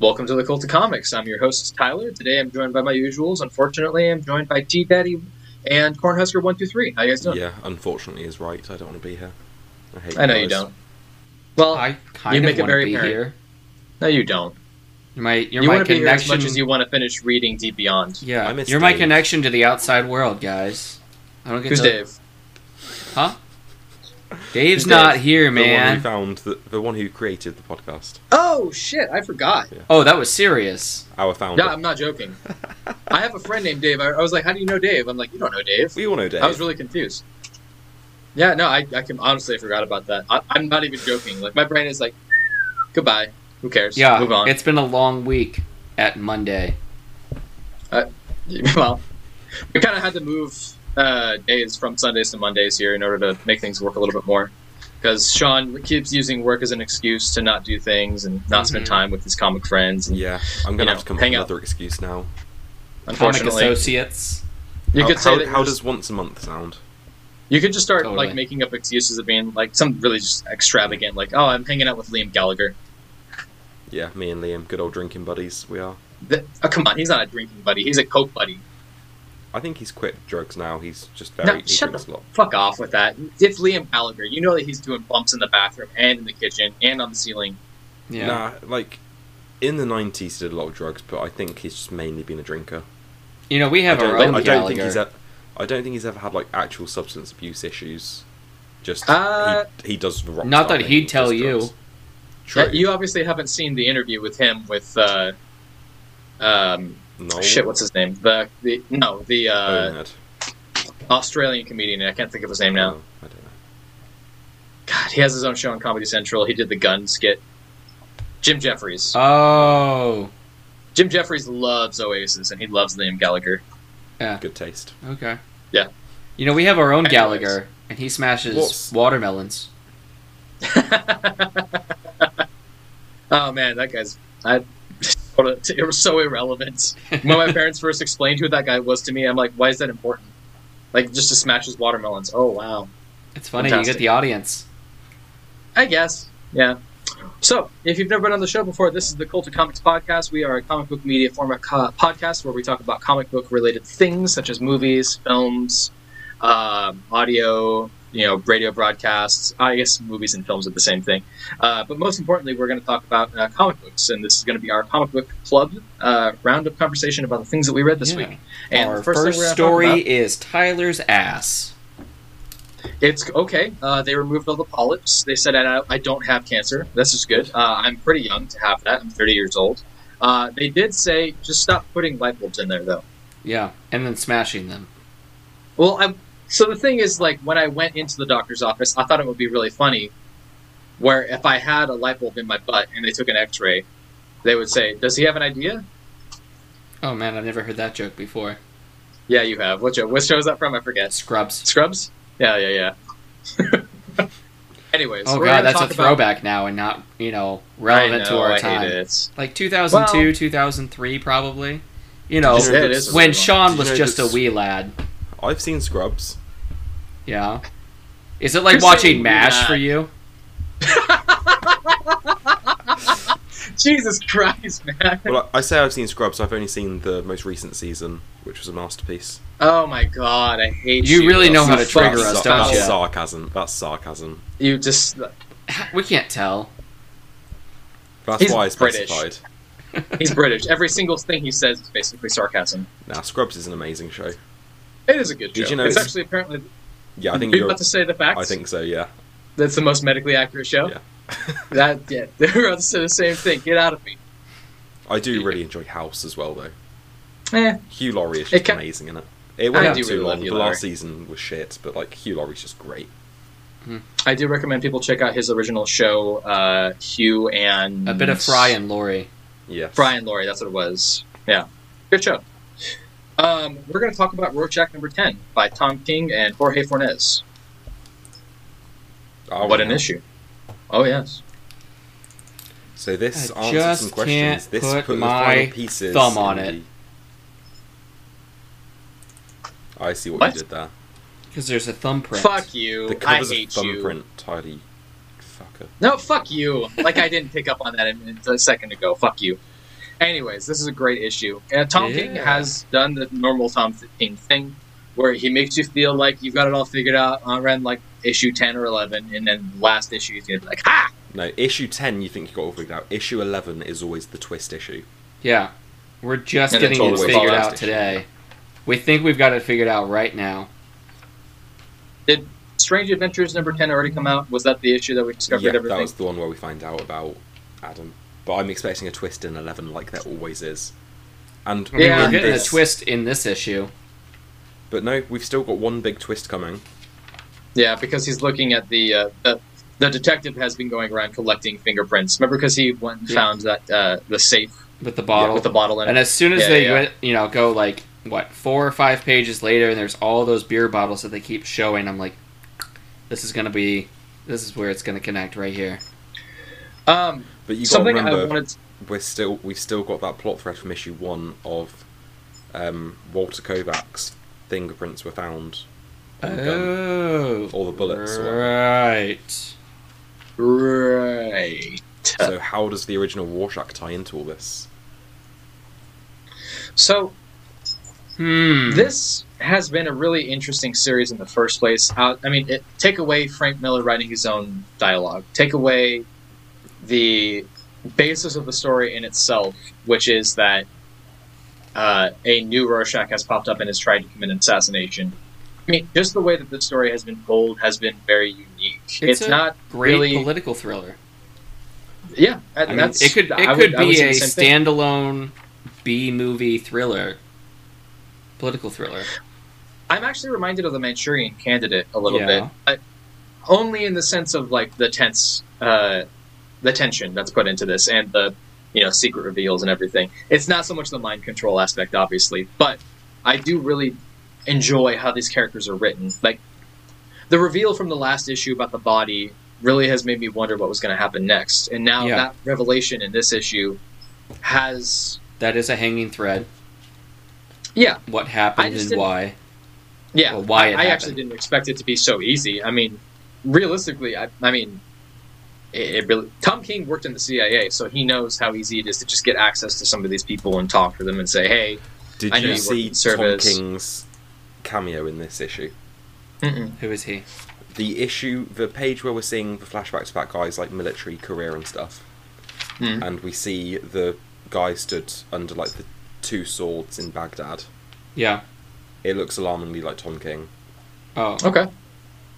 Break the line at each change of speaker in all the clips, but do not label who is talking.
Welcome to the Cult of Comics. I'm your host Tyler. Today I'm joined by my usuals. Unfortunately, I'm joined by T Daddy and Cornhusker One Two Three. How you guys doing?
Yeah, unfortunately, is right. I don't want to be here. I hate.
I know you
guys.
don't. Well,
I kind
You
of
make it
want to
very
be
apparent.
here.
no, you don't.
You're my you're
You
my
want to be here as
connection.
much as you want to finish reading Deep Beyond.
yeah,
I miss
you're my
Dave.
connection to the outside world, guys. I don't get
Who's
to,
Dave?
Dave's
Who's
not
Dave?
here,
The one who
man.
found the, the one who created the podcast.
Oh shit! I forgot.
Oh, that was serious.
Our founder.
Yeah, I'm not joking. I have a friend named Dave. I, I was like, "How do you know Dave?" I'm like, "You don't know Dave."
We all know Dave.
I was really confused. Yeah, no, I, I can honestly I forgot about that. I, I'm not even joking. Like my brain is like, goodbye. Who cares?
Yeah,
move on.
it's been a long week at Monday.
well, we kind of had to move uh, days from Sundays to Mondays here in order to make things work a little bit more. Because Sean keeps using work as an excuse to not do things and not spend
Mhm.
time with his comic friends. And
Mm-hmm. yeah, I'm
you
gonna
know,
have to come up with
hang out.
another excuse now.
Comic
unfortunately,
Associates.
you
how,
could say
how,
that
how
you're
does once a month sound?
You could just start
Totally.
like making up excuses of being like some really just extravagant, like oh, I'm hanging out with Liam Gallagher.
Yeah, me and Liam, good old drinking buddies. We are.
Th- oh, come on, he's not a drinking buddy. He's a coke buddy.
I think he's quit drugs now. He's just very. he
shut
drinks a lot.
Fuck off with that. It's Liam Gallagher. You know that he's doing bumps in the bathroom and in the kitchen and on the ceiling.
Yeah.
Nah, like in the '90s, he did a lot of drugs, but I think he's just mainly been a drinker.
You know, we
I
have
don't,
our
I
own
don't
Gallagher.
think he's. A, I don't think he's ever had like actual substance abuse issues. Just
Uh,
he, he does the rock.
not
star
that
thing,
he'd
he does
tell you.
drugs. True.
That- you obviously haven't seen the interview with him with uh, um,
no.
shit. What's his name? The, the no, the
Oh,
uh,
Owned.
Australian comedian. I can't think of his name now.
Oh, I don't know.
God, he has his own show on Comedy Central. He did the gun skit. Jim Jeffries.
Uh. Oh,
Jim Jeffries loves Oasis and he loves Liam Gallagher.
Good taste.
okay.
Yeah.
You know, we have our own
Anyways.
Gallagher, and he smashes
What's-
watermelons.
oh man, that guy's I what a- it was so irrelevant. When my parents first explained who that guy was to me, I'm like, why is that important? Like just to smash his watermelons. Oh wow.
It's funny. You
Fantastic.
get the audience.
I guess. Yeah. So, if you've never been on the show before, this is the Cult of Comics podcast. We are a comic book media format co- podcast where we talk about comic book related things such as movies, films, um, audio, you know, radio broadcasts. I guess movies and films are the same thing. Uh, but most importantly, we're going to talk about uh, comic books, and this is going to be our comic book club uh, roundup conversation about the things that we read this
Yeah.
week. And
our
the
first,
thing we're gonna talk
story
about-
is Tyler's ass.
It's okay. Uh, they removed all the polyps. They said I, I don't have cancer. This is good. Uh, I'm pretty young to have that. I'm 30 years old. Uh, they did say just stop putting light bulbs in there, though.
Yeah, and then smashing them.
Well, I, so the thing is, like, when I went into the doctor's office, I thought it would be really funny where if I had a light bulb in my butt and they took an x ray, they would say, Does he have an idea?
Oh man, I've never heard that joke before.
Yeah, you have. What show, what show is that from? I forget.
Scrubs.
Scrubs? Yeah, yeah, yeah. Anyways,
Oh
we're
god,
gonna
that's a
talk about-
throwback now and not, you know,
I
relevant to
know,
our
I hate
time.
it.
Like 2002,
Well-
2003 probably. You know,
Yeah, it is a good
when
one.
Sean
You
was
know,
just a
that's-
wee lad.
I've seen Scrubs.
Yeah. Is it like
You're saying
watching MASH
lad.
for you?
Jesus Christ, man.
Well, I I say I've seen Scrubs. I've only seen the most recent season, which was a masterpiece.
Oh my god, I hate you.
You really know how to
That's
trigger
fucking
us,
suck.
don't
that's
you?
sarcasm. That's sarcasm.
You just.
We can't tell.
That's
He's
why I
British.
specified.
He's British. Every single thing he says is basically sarcasm.
Now, Scrubs is an amazing show.
It is a good show.
Did you know
it's
it's-
actually apparently.
Yeah, I think
Are you
you're.
about to say the facts?
I think so. Yeah.
That's the most medically accurate show?
Yeah.
that, yeah. They're about to say the same thing. Get out of me.
I do really enjoy House as well, though.
Eh.
Hugh Laurie is
It
just
ca-
amazing in it. It went
I
on
do
too
really love
long.
Hugh
the last
Laurie.
season was shit, but like Hugh Laurie's just great.
I do recommend people check out his original show, uh, Hugh and.
A bit of Fry and Laurie.
Yes.
Brian Laurie, that's what it was. Yeah. Good show. Um, we're going to talk about Rorschach number 10 by Tom King and Jorge Fornes.
Oh,
what an
yeah.
issue. Oh, yes.
So this
I
answers
just
some questions.
can't
This
put
the
my
final pieces
thumb on
in
it.
the- I see what,
What?
you did there.
Because there's a thumbprint.
Fuck you.
The
I
cover's a
hate you.
thumbprint, tidy fucker.
No, fuck you. Like I didn't pick up on that a, minute- a second ago. Fuck you. Anyways, this is a great issue. And Tom King
Yeah.
has done the normal Tom King thing, where he makes you feel like you've got it all figured out around like issue ten or eleven, and then last issue he's gonna be like, "Ha!
No, issue 10 you think you got it all figured out. Issue 11 is always the twist issue.
Yeah. We're just
And
getting
it's
it
always
figured
last
out
issue.
today. We think we've got it figured out right now.
Strange Adventures number ten already come out. Was that the issue that we discovered
yeah,
everything?"
that was the one where we find out about Adam. But I'm expecting a twist in 11 like there always is. And
I mean,
Yeah.
we're
in
getting a
this-
twist in this issue.
But no, we've still got one big twist coming.
Yeah, because he's looking at the uh, the, the detective has been going around collecting fingerprints. Remember, because he went and
Yeah.
found that uh, the safe
with the bottle.
with the bottle in
and
it.
as soon as
Yeah,
they
yeah.
went, you know, go like what four or five pages later, and there's all those beer bottles that they keep showing. I'm like, this is gonna be, this is where it's gonna connect right here.
Um,
But you got to
something I
remember,
wanted. To,
we're still we've still got that plot thread from issue one of um, Walter Kovacs. Fingerprints were found. on the gun,
Oh,
or the bullets. or whatever.
right.
right.
So how does the original Warshak tie into all this?
So
Hmm.
this has been a really interesting series in the first place. How, I mean, it, take away Frank Miller writing his own dialogue. Take away the basis of the story in itself, which is that uh, a new Rorschach has popped up and is trying to commit an assassination. I mean, just the way that this story has been told has been very unique. It's,
a
not
great
really-
political thriller.
yeah. that-
I mean,
that's,
it could it
I would-
could
I would
be
say
a
the same thing.
standalone B movie thriller, political thriller.
I'm actually reminded of the Manchurian Candidate a little
Yeah.
bit, but only in the sense of like the tense, uh, the tension that's put into this, and the you know secret reveals and everything. It's not so much the mind control aspect, obviously, but I do really enjoy how these characters are written. Like the reveal from the last issue about the body really has made me wonder what was going to happen next, and now
Yeah.
that revelation in this issue has
That is a hanging thread.
yeah
What
I
happened
just
and
didn't-
why?
Yeah,
Or
I, I
why it happened.
actually didn't expect it to be so easy. I mean, realistically, I, I mean, it, it really. Tom King worked in the CIA, so he knows how easy it is to just get access to some of these people and talk to them and say, "Hey,
Did
I know
you
you work
see
in service.
Tom King's cameo in this issue?
mm-mm,
Who is he?
The issue, the page where we're seeing the flashbacks about guys like military career and stuff,
Hmm.
and we see the guy stood under like the two swords in Baghdad.
Yeah.
It looks alarmingly like Tom King.
Oh.
okay,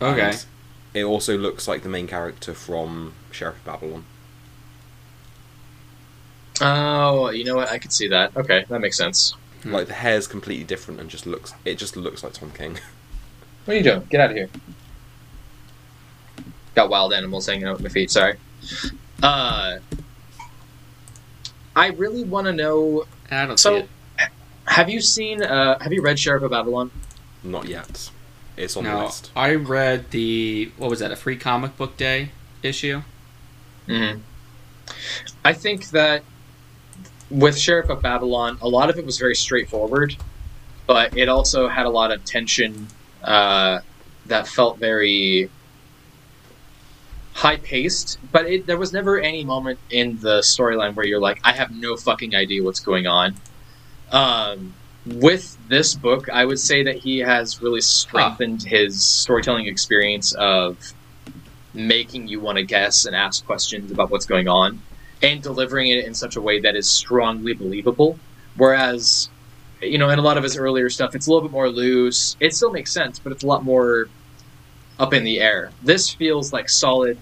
Okay.
And It also looks like the main character from Sheriff of Babylon.
oh, you know what? I could see that. Okay, that makes sense.
Hmm.
Like the hair's completely different and just looks it just looks like Tom King.
What are you doing? Get out of here. Got wild animals hanging out with my feet. Sorry. Uh, I really want to know.
I don't
So-
see it.
Have you seen? Uh, have you read Sheriff of Babylon?
Not yet. It's on the
No,
list.
I read the what was that? A free comic book day issue.
hmm I think that with Sheriff of Babylon, a lot of it was very straightforward, but it also had a lot of tension uh, that felt very high paced. But it, there was never any moment in the storyline where you're like, I have no fucking idea what's going on. Um, with this book, I would say that he has really strengthened his storytelling experience of making you want to guess and ask questions about what's going on and delivering it in such a way that is strongly believable. Whereas, you know, in a lot of his earlier stuff, it's a little bit more loose. It still makes sense, but it's a lot more up in the air. This feels like solid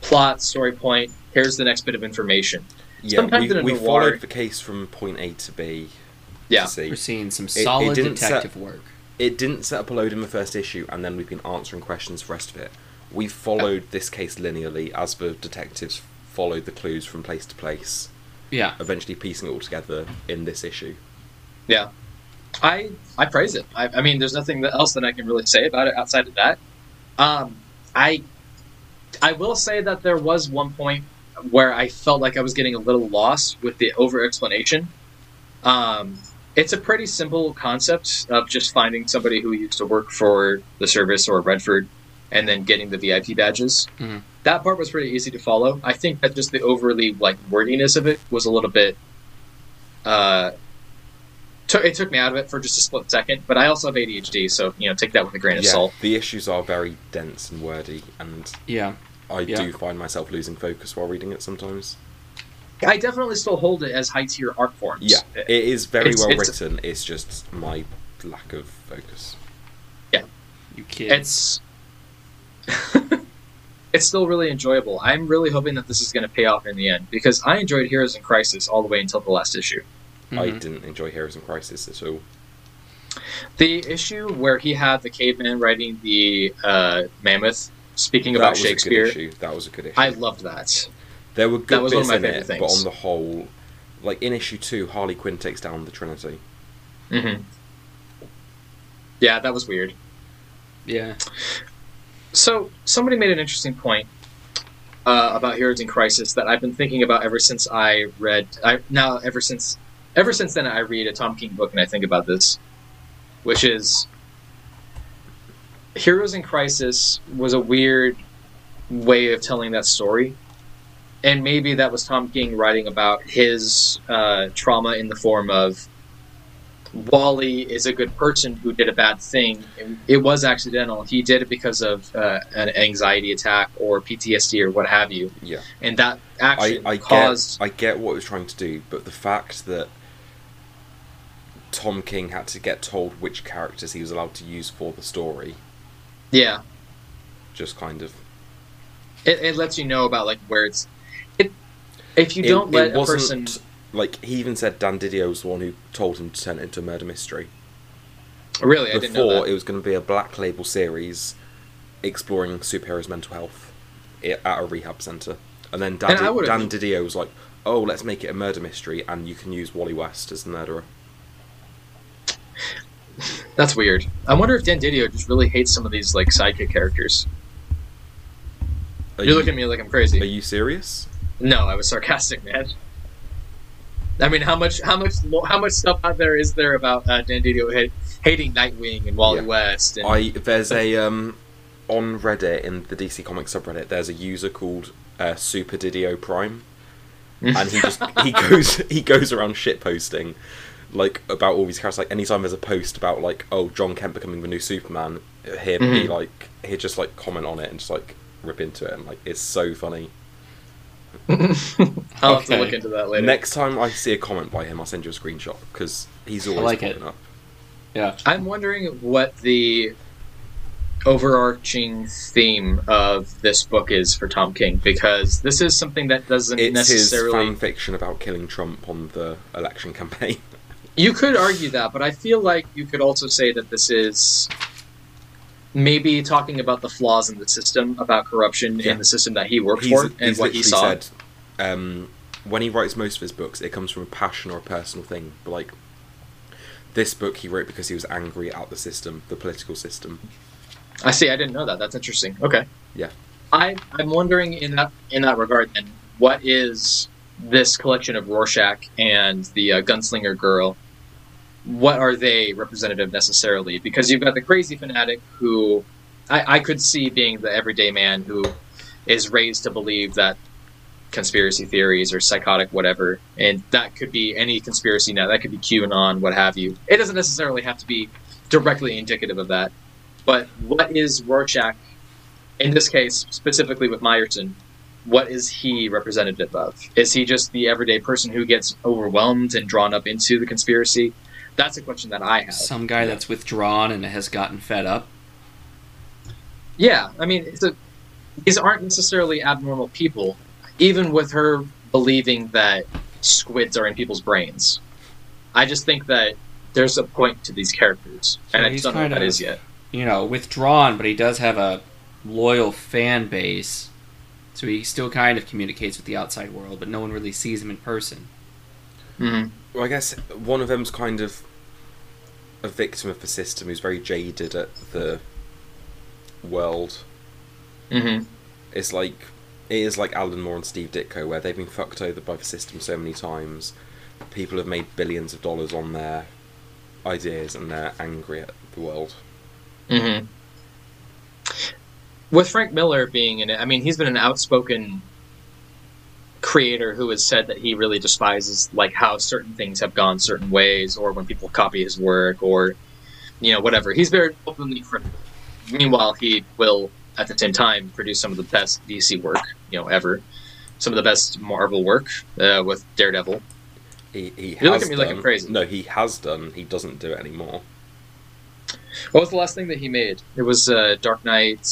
plot, story point. Here's the next bit of information.
Yeah,
sometimes
we,
in a
we
noir-
followed the case from point A to B.
Yeah.
To C.
We're seeing some solid
didn't set-
detective work.
it didn't set up a load in the first issue, and then we've been answering questions for the rest of it. We followed this case linearly as the detectives followed the clues from place to place,
Yeah,
eventually piecing it all together in this issue.
Yeah. I I praise it. I, I mean, there's nothing that- else that I can really say about it outside of that. Um, I I will say that there was one point where I felt like I was getting a little lost with the over explanation. Um, it's a pretty simple concept of just finding somebody who used to work for the service or Redford and then getting the VIP badges.
Mhm.
That part was pretty easy to follow. I think that just the overly like wordiness of it was a little bit uh, took it took me out of it for just a split second. But I also have ADHD, so you know, take that with a grain of
Yeah,
salt.
the issues are very dense and wordy, and
Yeah.
I
Yeah.
do find myself losing focus while reading it sometimes.
I definitely still hold it as high tier art forms.
Yeah, it is very
It's-
well
it's-
written. It's just my lack of focus.
You kids.
it's it's still really enjoyable. I'm really hoping that this is going to pay off in the end because I enjoyed Heroes in Crisis all the way until the last issue.
I
Mm-hmm.
Mhm.
didn't enjoy Heroes in Crisis at all.
The issue where he had the caveman writing the uh, mammoth speaking
That
about
was
Shakespeare,
a good issue. That was a good issue.
I loved that.
there were good
was one
bits
of my
in it,
favourite
but
things.
on the whole, like in issue two, Harley Quinn takes down the Trinity.
hmm Yeah, that was weird.
Yeah.
So somebody made an interesting point uh, about Heroes in Crisis that I've been thinking about ever since I read. I now ever since ever since then I read a Tom King book and I think about this, which is Heroes in Crisis was a weird way of telling that story, and maybe that was Tom King writing about his uh, trauma in the form of. Wally is a good person who did a bad thing. It- It was accidental. He did it because of uh, an anxiety attack or PTSD or what have you.
Yeah.
And that
I,
action
I
caused.
get I get what it was trying to do, but the fact that Tom King had to get told which characters he was allowed to use for the story
Yeah.
just kind of
It, it lets you know about like where it's. It, if you
It-
don't
it
let a person.
wasn't- like he even said Dan Didio was the one who told him to turn it into a murder mystery.
Really, I didn't know
before
that.
it was going to be a black label series exploring superheroes' mental health i- at a rehab center, and then Dan,
And I
Di-
would've-
Dan Didio was like, "Oh, let's make it a murder mystery, and you can use Wally West as the murderer."
That's weird. I wonder if Dan Didio just really hates some of these like sidekick characters.
Are
You're looking at me like I'm crazy.
Are you serious?
No, I was sarcastic, man. I mean, how much, how much, mo- how much stuff out there is there about uh, Dan Didio ha- hating Nightwing and Wally
Yeah.
West? And
I there's a um on Reddit in the DC Comics subreddit. There's a user called uh, Super Didio Prime, and he just he goes he goes around shit posting like about all these characters. Like anytime there's a post about like oh John Kent becoming the new Superman, he'd be
Mm-hmm.
Mhm.
like he'd just like comment on it and just like rip into it and like it's so funny.
I'll have to
Okay.
look into that later.
Next time I see a comment by him, I'll send you a screenshot because he's always
like it.
popping up.
Yeah.
I'm wondering what the overarching theme of this book is for Tom King because this is something that doesn't
It's
necessarily.
his fan fiction about killing Trump on the election campaign.
You could argue that, but I feel like you could also say that this is maybe talking about the flaws in the system, about corruption
Yeah.
in the system that he worked for and what he
literally
saw.
Said, um, when he writes most of his books, it comes from a passion or a personal thing. But like this book, he wrote because he was angry at the system, the political system.
I see. I didn't know that. That's interesting. Okay.
Yeah.
I I'm wondering in that in that regard then, what is this collection of Rorschach and the uh, Gunslinger Girl? What are they representative necessarily? Because you've got the crazy fanatic who I, I could see being the everyday man who is raised to believe that conspiracy theories or psychotic whatever, and that could be any conspiracy now. That could be QAnon, what have you. It doesn't necessarily have to be directly indicative of that. But what is Rorschach, in this case, specifically with Meyerson, what is he representative of? Is he just the everyday person who gets overwhelmed and drawn up into the conspiracy? That's a question that I have.
Some guy that's withdrawn and has gotten fed up.
Yeah, I mean, it's a, these aren't necessarily abnormal people, even with her believing that squids are in people's brains. I just think that there's a point to these characters, and
So
I just
he's
don't know what
kind
that
of-
is yet.
You know, withdrawn, but he does have a loyal fan base. So he still kind of communicates with the outside world, but no one really sees him in person.
Mhm.
Well, I guess one of them's kind of a victim of the system who's very jaded at the world.
Mhm.
It's like it is like Alan Moore and Steve Ditko, where they've been fucked over by the system so many times. People have made billions of dollars on their ideas, and they're angry at the world.
Mm-hmm. With Frank Miller being in it, I mean, he's been an outspoken creator who has said that he really despises like how certain things have gone certain ways or when people copy his work or you know whatever he's very openly critical meanwhile he will at the same time produce some of the best dc work you know ever some of the best marvel work uh, with daredevil
He, he
You look
has
at me
done,
like I'm crazy.
No, he has done. He doesn't do it anymore.
what was the last thing that he made it was uh, dark knight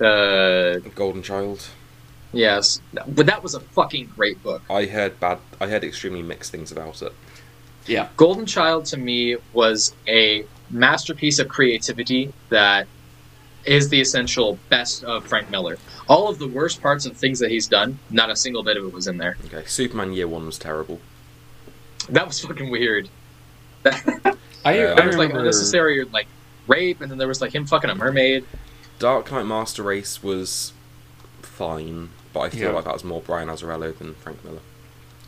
uh,
Golden Child.
yes but that was a fucking great book
I heard bad. I heard extremely mixed things about it.
Golden Child to me was a masterpiece of creativity that is the essential best of Frank Miller. All of the worst parts and things that he's done, not a single bit of it was in there.
Okay, Superman Year One was terrible.
That was fucking weird.
I,
Uh,
I
There was like
remember
unnecessary like rape, and then there was like him fucking a mermaid.
Dark Knight Master Race was fine, but I feel
Yeah.
like that was more Brian Azzarello than Frank Miller.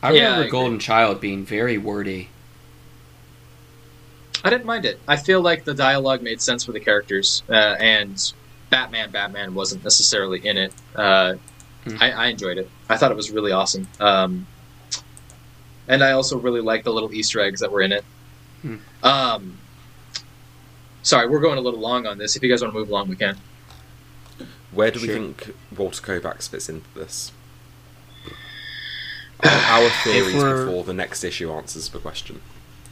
I
Yeah, I
remember
agree.
Golden Child being very wordy.
I didn't mind it. I feel like the dialogue made sense for the characters, uh, and Batman, Batman wasn't necessarily in it. Uh,
Mhm.
I, I enjoyed it. I thought it was really awesome, um, and I also really liked the little Easter eggs that were in it.
Hmm.
Um, sorry, we're going a little long on this. If you guys want to move along, we can.
Where do we
Sure.
think Walter Kovacs fits into this? Our our theories
we're-
before the next issue answers the question.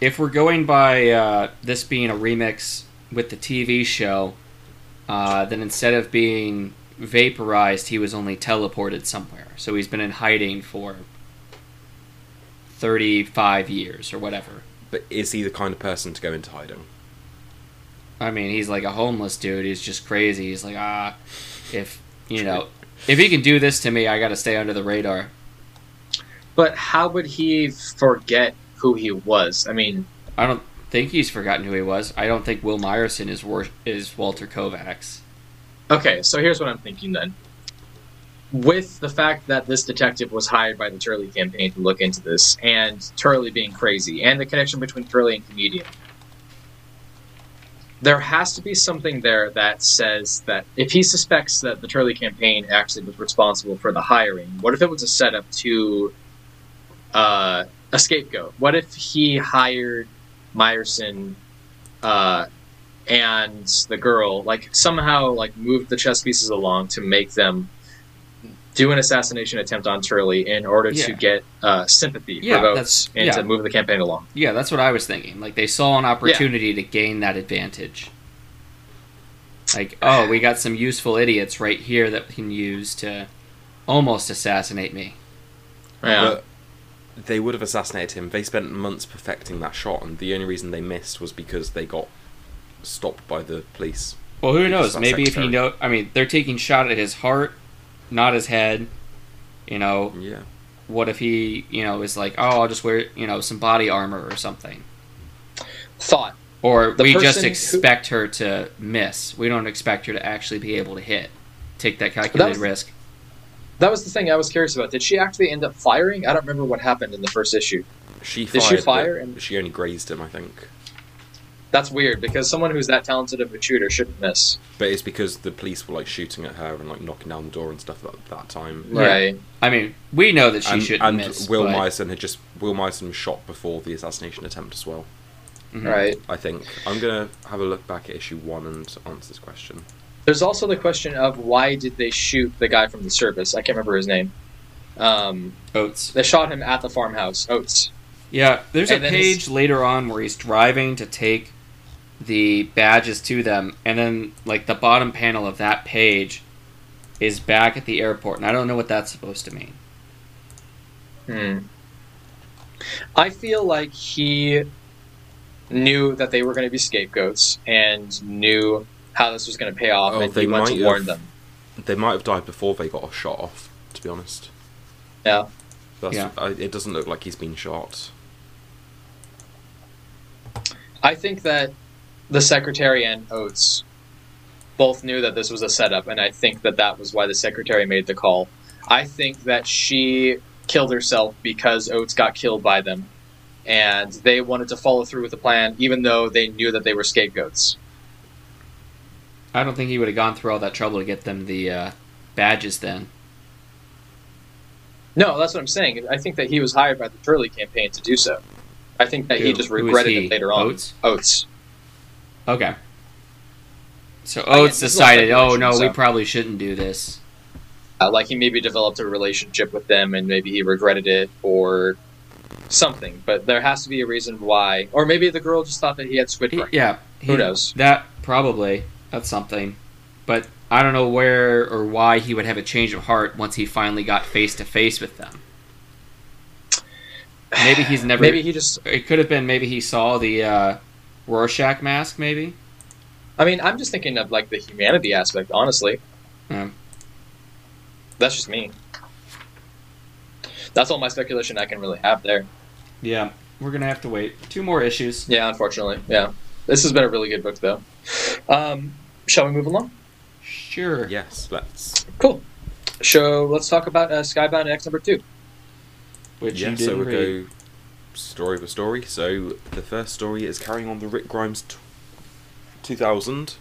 If we're going by uh, this being a remix with the TV show, uh, then instead of being vaporized, he was only teleported somewhere. So he's been in hiding for 35 years or whatever.
But is he the kind of person to go into hiding?
I mean, he's like a homeless dude. He's just crazy. He's like, ah, if, you know, if he can do this to me, I got to stay under the radar.
But how would he forget who he was? I mean,
I don't think he's forgotten who he was. I don't think Will Myerson is wor- is Walter Kovacs.
Okay, so here's what I'm thinking then. With the fact that this detective was hired by the Turley campaign to look into this, and Turley being crazy, and the connection between Turley and comedian, there has to be something there that says that if he suspects that the Turley campaign actually was responsible for the hiring, what if it was a setup to uh, a scapegoat? What if he hired Myerson uh, and the girl like somehow like moved the chess pieces along to make them do an assassination attempt on Turley in order to
Yeah.
get uh, sympathy
Yeah,
for
that's-
votes and
yeah.
to move the campaign along.
Yeah, that's what I was thinking. Like they saw an opportunity to gain that advantage. Like, oh, we got some useful idiots right here that we can use to almost assassinate me.
Yeah.
But they would have assassinated him. They spent months perfecting that shot, and the only reason they missed was because they got stopped by the police.
Well, who
Because
knows?
that's
Maybe if he
secretary.
know, I mean, they're taking shot at his heart, not his head. You know,
Yeah.
what if he, you know, is like, oh, I'll just wear, you know, some body armor or something.
Thought.
Or
The
we just
person who-
expect her to miss. We don't expect her to actually be able to hit, take that calculated
was-
risk.
That was the thing I was curious about. Did she actually end up firing? I don't remember what happened in the first issue.
She
Did
fired,
she
but
fire and-
she only grazed him, I think.
That's weird because someone who's that talented of a shooter shouldn't miss.
But it's because the police were like shooting at her and like knocking down the door and stuff at that time.
Yeah.
Right.
I mean, we know that she
and
shouldn't
and
miss.
Will
but-
Myerson had just Will Myerson was shot before the assassination attempt as well. Mm-hmm.
Mhm.
Right.
I think I'm gonna have a look back at issue one and answer this question.
There's also the question of why did they shoot the guy from the service? I can't remember his name. Um,
Oates.
they shot him at the farmhouse. Oates.
Yeah, there's
And then
a page
his-
later on where he's driving to take the badges to them, and then like the bottom panel of that page is back at the airport, and I don't know what that's supposed to mean.
Hmm. I feel like he knew that they were going to be scapegoats and knew how this was going to pay off,
Oh,
and
they
he went
might
to warn
have.
them.
They might have died before they got shot off. To be honest,
Yeah.
That's,
Yeah.
I, it doesn't look like he's been shot.
I think that the secretary and Oates both knew that this was a setup, and I think that that was why the secretary made the call. I think that she killed herself because Oates got killed by them, and they wanted to follow through with the plan, even though they knew that they were scapegoats.
I don't think he would have gone through all that trouble to get them the uh, badges then.
No, that's what I'm saying. I think that he was hired by the Turley campaign to do so. I think that he
Who-
just
who is
regretted
he?
it later on.
Oates?
Oates.
Okay. So
Again,
Oates
this is all
decided, oh no,
speculation,
we
so-
probably shouldn't do this.
Uh, like he maybe developed a relationship with them and maybe he regretted it or something. But there has to be a reason why. Or maybe the girl just thought that he had squid
He-
brain.
yeah.
Who
he-
knows?
That probably that's something, but I don't know where or why he would have a change of heart once he finally got face to face with them. Maybe he's never.
Maybe he just.
it could have been. Maybe he saw the uh, Rorschach mask. Maybe.
I mean, I'm just thinking of like the humanity aspect, honestly.
Yeah.
That's just me. That's all my speculation I can really have there.
Yeah. We're gonna have to wait two more issues.
Yeah, unfortunately. Yeah. This has been a really good book, though. Um, shall we move along?
Sure.
Yes, let's.
Cool. So let's talk about uh, Skybound X number two.
Which
yeah,
you
so
didn't
we'll
read.
go story by story. So the first story is carrying on the Rick Grimes t- 2000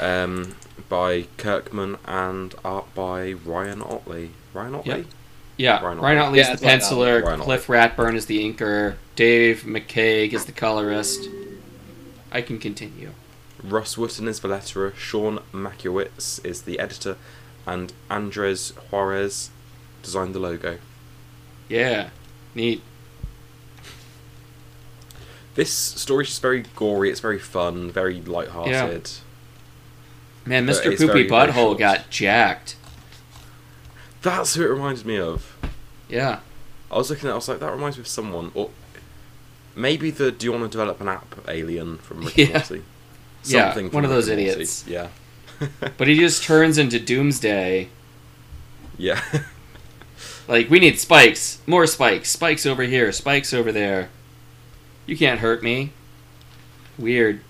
um, by Kirkman and art by Ryan Otley. Ryan Otley?
Yeah,
Ryan
Ryan,
Otley.
Otley
Yeah,
is
it's
the
Ryan
penciler.
Otley. Ryan
Cliff Ratburn is the inker. Dave McCaig is the colorist. I can continue.
Russ Wooten is the letterer, Sean Makiewicz is the editor, and Andres Juarez designed the logo.
Yeah, neat.
This story's just very gory, it's very fun, very light-hearted.
Man,
But
Mr.
it's
Poopy
very, very
Butthole
short.
got jacked.
That's who it reminded me of.
Yeah.
I was looking at it, I was like, that reminds me of someone. Or maybe the Do You Want to Develop an App alien from Rick and
Yeah.
Morty.
Yeah,
Something
one
from
of
Rick
those
and Morty.
idiots.
Yeah.
But he just turns into Doomsday.
Yeah.
Like, we need spikes. More spikes. Spikes over here. Spikes over there. You can't hurt me. Weird.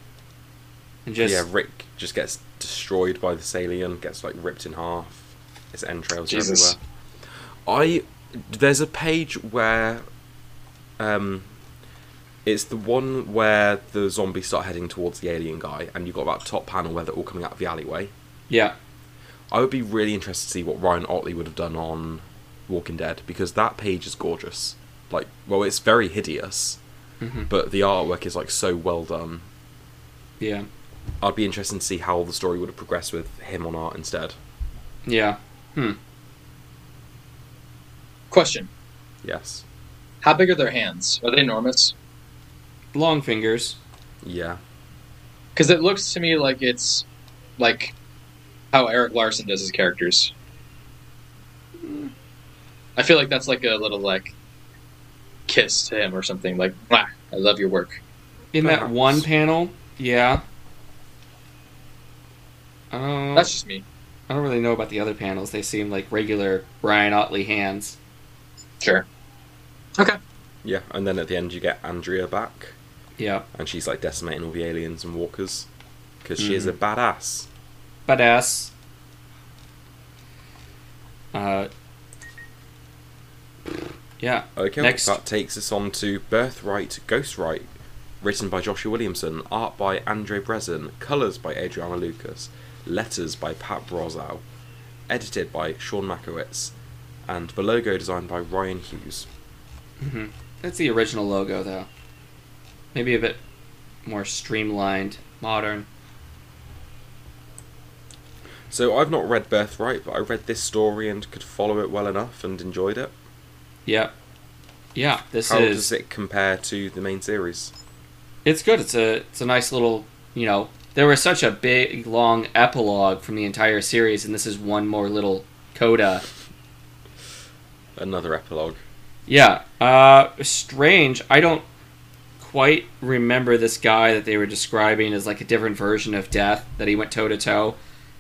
And just.
yeah, Rick just gets destroyed by this alien, gets like ripped in half. His entrails are
Jesus.
everywhere. I there's a page where um it's the one where the zombies start heading towards the alien guy and you've got that top panel where they're all coming out of the alleyway.
yeah.
I would be really interested to see what Ryan Otley would have done on Walking Dead because that page is gorgeous. Like, well, it's very hideous,
Mhm.
but the artwork is like so well done.
Yeah.
I'd be interested to see how the story would have progressed with him on art instead.
Yeah. Hmm.
Question:
Yes.
How big are their hands? Are they enormous?
Long fingers.
Yeah.
Because it looks to me like it's like how Eric Larson does his characters. Hmm. I feel like that's like a little like kiss to him or something. Like, "Mwah, I love your work.
In that
Perhaps.
one panel, yeah. I don't,
That's just me.
I don't really know about the other panels. They seem like regular Ryan Otley hands.
Sure.
Yeah. And then at the end, you get Andrea back,
Yeah.
and she's like decimating all the aliens and walkers because she
Hmm.
is a badass.
Badass. Uh, yeah.
Okay,
Next.
that takes us on to Birthright Ghostwrite, written by Joshua Williamson, art by Andre Brezin, colours by Adriana Lucas, letters by Pat Brozow, edited by Sean Makowitz, and the logo designed by Ryan Hughes.
hmm That's the original logo, though. Maybe a bit more streamlined, modern.
So I've not read Birthright, but I read this story and could follow it well enough and enjoyed it.
Yeah. Yeah, this
How
is.
does it compare to the main series?
It's good. It's a it's a nice little you know. There was such a big long epilogue from the entire series, and this is one more little coda.
Another epilogue.
Yeah, uh, strange. I don't quite remember this guy that they were describing as like a different version of Death that he went toe to toe.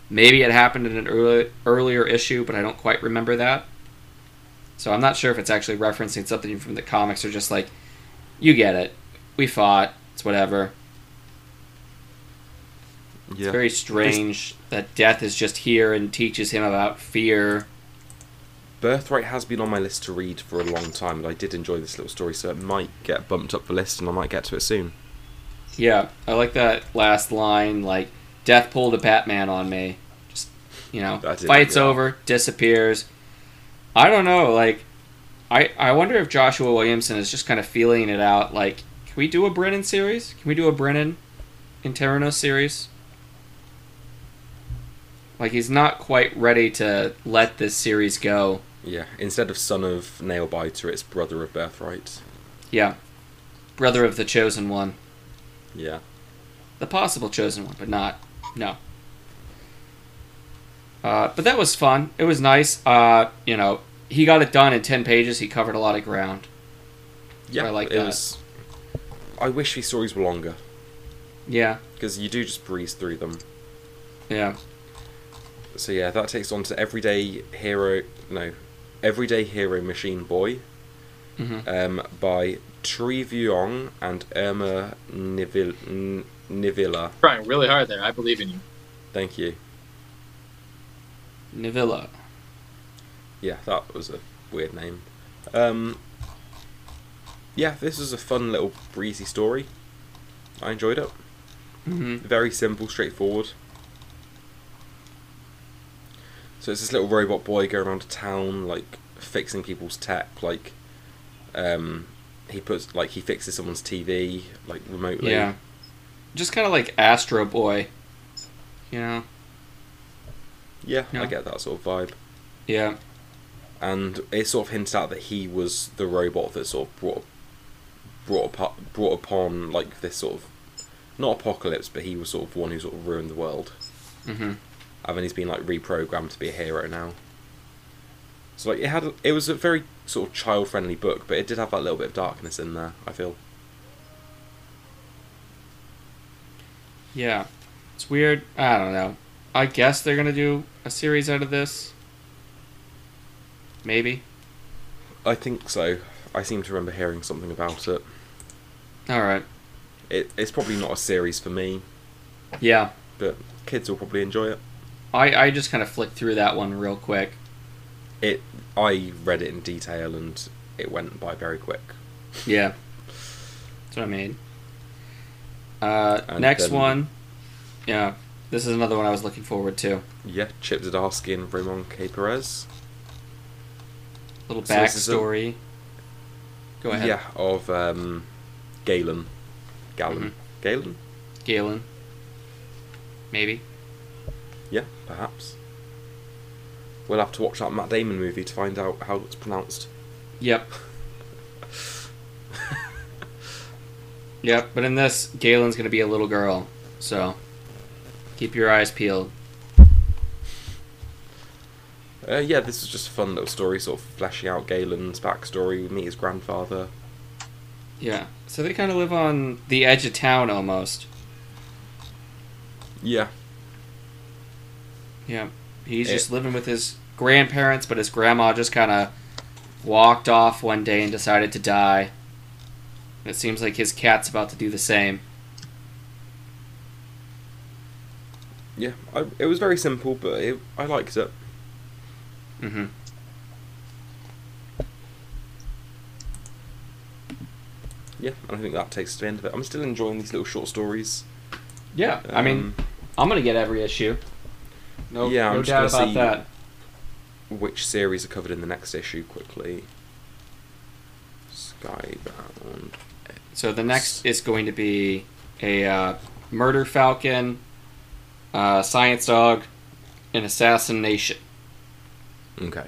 Maybe it happened in an early, earlier issue, but I don't quite remember that. So I'm not sure if it's actually referencing something from the comics or just like, you get it. We fought. It's whatever.
Yeah.
Very strange that death is just here and teaches him about fear.
Birthright has been on my list to read for a long time, and I did enjoy this little story, so it might get bumped up the list, and I might get to it soon.
Yeah, I like that last line. Like, death pulled a Batman on me. Just, you know,
That did
fights
happen.
over, disappears. I don't know. Like, I I wonder if Joshua Williamson is just kind of feeling it out. Like, can we do a Brennan series? Can we do a Brennan Interno series? Like, he's not quite ready to let this series go.
Yeah, instead of son of nail biter, it's brother of birthright.
Yeah, brother of the chosen one,
Yeah,
the possible chosen one, but not no. Uh, but that was fun. It was nice. Uh, you know, he got it done in ten pages. He covered a lot of ground.
yeah.
I like
it
that.
was. I wish these stories were longer
Yeah,
because you do just breeze through them.
yeah.
So yeah, that takes on to everyday hero. No, everyday hero machine boy.
hmm
um, by Treviong and Irma Nivil- N- Nivilla.
Trying really hard there. I believe in you.
Thank you.
Nivilla.
Yeah, that was a weird name. Um, yeah, this was a fun little breezy story. I enjoyed it.
hmm
Very simple, straightforward. So it's this little robot boy going around town, like fixing people's tech. Like, um, he puts like he fixes someone's TV, like remotely.
Yeah. Just kind of like Astro Boy. You know?
yeah,
Yeah.
I get that sort of vibe.
Yeah.
and it sort of hinted out that he was the robot that sort of brought brought upon, brought upon like this sort of not apocalypse, but he was sort of one who sort of ruined the world.
hmm
And then he's been like reprogrammed to be a hero now. So like it had it was a very sort of child friendly book, but it did have that little bit of darkness in there. I feel
Yeah. It's weird. I don't know. I guess they're going to do a series out of this. Maybe.
I think so. I seem to remember hearing something about it.
All right.
it it's probably not a series for me,
Yeah.
but kids will probably enjoy it.
I, I just kind of flicked through that one real quick.
It I read it in detail and it went by very quick.
Yeah. That's what I mean. Uh,
And
next
then-
one. Yeah. This is another one I was looking forward to.
Yeah, Chip Zdarsky and Ramon K. Perez.
Little
So this is a-
backstory. Go ahead.
Yeah, of um, Galen. Galen.
Mm-hmm.
Galen?
Galen. Maybe.
Yeah, perhaps. We'll have to watch that Matt Damon movie to find out how it's pronounced.
Yep. yep, but in this, Galen's going to be a little girl. So keep your eyes peeled.
Uh, yeah, this is just a fun little story, sort of fleshing out Galen's backstory. We meet his grandfather.
Yeah. So they kind of live on the edge of town almost.
Yeah,
Yeah. He's
Eh.
just living with his grandparents, but his grandma just kind of walked off one day and decided to die. And it seems like his cat's about to do the same.
yeah. I, it was very simple, but it, I liked it.
Mm-hmm.
Yeah, and I think that takes us to the end of it. I'm still enjoying these little short stories.
Yeah. I mean,
Um,
I'm going to get every issue. No,
Yeah,
no
I'm just
doubt
gonna
about
see-
that.
which series are covered in the next issue quickly. Skybound.
So the next is going to be a uh, murder falcon, uh, science dog, and assassination,
Okay.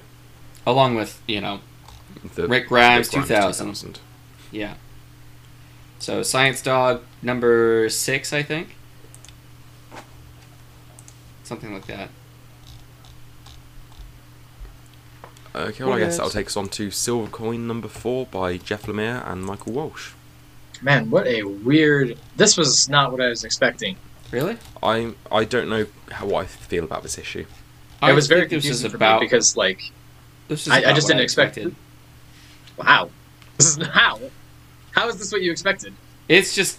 along with you know
The
Rick Grimes 2000.
2000.
yeah. So science dog number six, I think, something like that.
Okay, well, I guess
Alright.
that'll take us on to Silver Coin number four by Jeff Lemire and Michael Walsh.
Man, what a weird. This was not what I was expecting.
Really?
I I don't know how what I feel about this issue.
it was very
think this is
confusing for
about
me because, like,
this is
I- I
about
just
what
didn't expect
expected.
wow, this is how. How is this what you expected?
It's just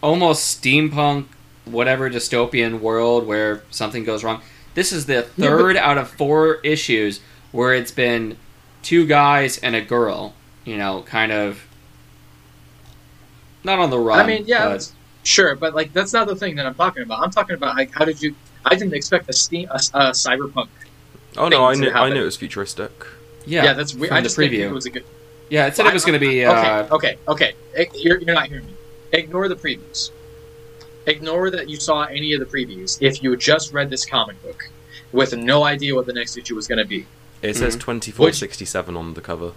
almost steampunk, whatever dystopian world where something goes wrong. This is the
Yeah, but-
third out of four issues where it's been two guys and a girl, you know, kind of not on the run.
I mean, yeah,
but-
that's- sure, but like that's not the thing that I'm talking about. I'm talking about like how did you? I didn't expect a steam a, a cyberpunk.
Oh no, I
Things that
knew I
happen.
knew it was futuristic.
Yeah,
yeah, that's weird.
from
I
the
just think
preview.
it was a good.
Yeah, it said it was going to be. Uh,
Okay, okay, okay. Ig- You're, you're not hearing me. Ignore the previews. Ignore that you saw any of the previews if you just read this comic book with no idea what the next issue was going to be.
It says
Mhm.
twenty four sixty seven on the cover.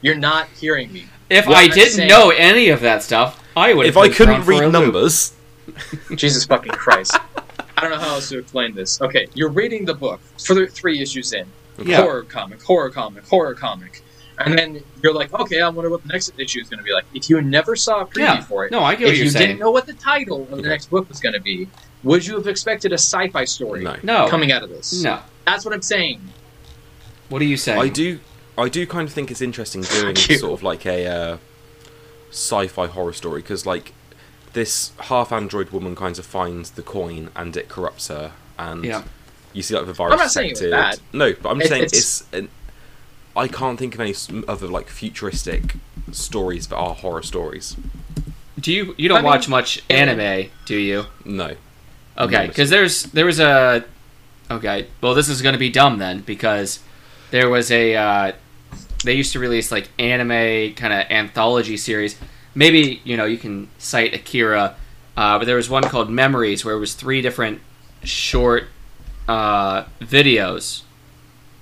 You're not hearing me.
If
What
I
I'm
didn't
saying-
know any of that stuff, I would.
If I couldn't read numbers,
Jesus fucking Christ. I don't know how else to explain this. Okay, you're reading the book for the three issues in.
Yeah.
Horror comic, horror comic, horror comic. And then you're like, okay, I wonder what the next issue is going to be like. If you never saw a preview
Yeah.
for it,
No, I get
if
what you're
you
saying.
didn't know what the title of the
Yeah.
next book was going to be, would you have expected a sci-fi story
no.
No,
coming out of this?
no.
That's what I'm saying.
What are you saying?
I do, I do kind of think it's interesting doing
Fuck you.
sort of like a uh, sci-fi horror story because like this half android woman kind of finds the coin and it corrupts her, and
Yeah.
you see like the virus.
I'm not saying it was bad.
affected- No, but I'm just
It-
saying
it's-
it's. an, I can't think of any s- other like futuristic stories that are horror stories.
Do you? You don't
I mean-
watch much anime, do you?
No.
Okay,
Numbers.
because there's there was a. Okay, well this is gonna be dumb then because there was a. Uh, they used to release like anime kind of anthology series. Maybe you know you can cite Akira, uh, but there was one called Memories where it was three different short uh, videos,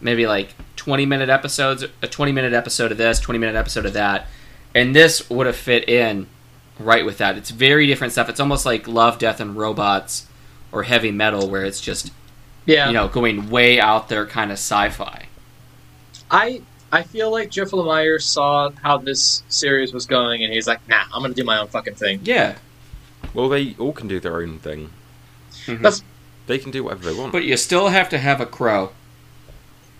maybe like twenty minute episodes, a twenty minute episode of this, twenty minute episode of that, and this would have fit in right with that. It's very different stuff. It's almost like Love, Death, and Robots or heavy metal, where it's just
Yeah,
you know going way out there, kind of sci-fi.
I I feel like Jeff Lemire saw how this series was going, and he's like, Nah, I'm going to do my own fucking thing.
Yeah,
Well, they all can do their own thing.
Mm-hmm.
That's
They can do whatever they want.
but you still have to have a crow.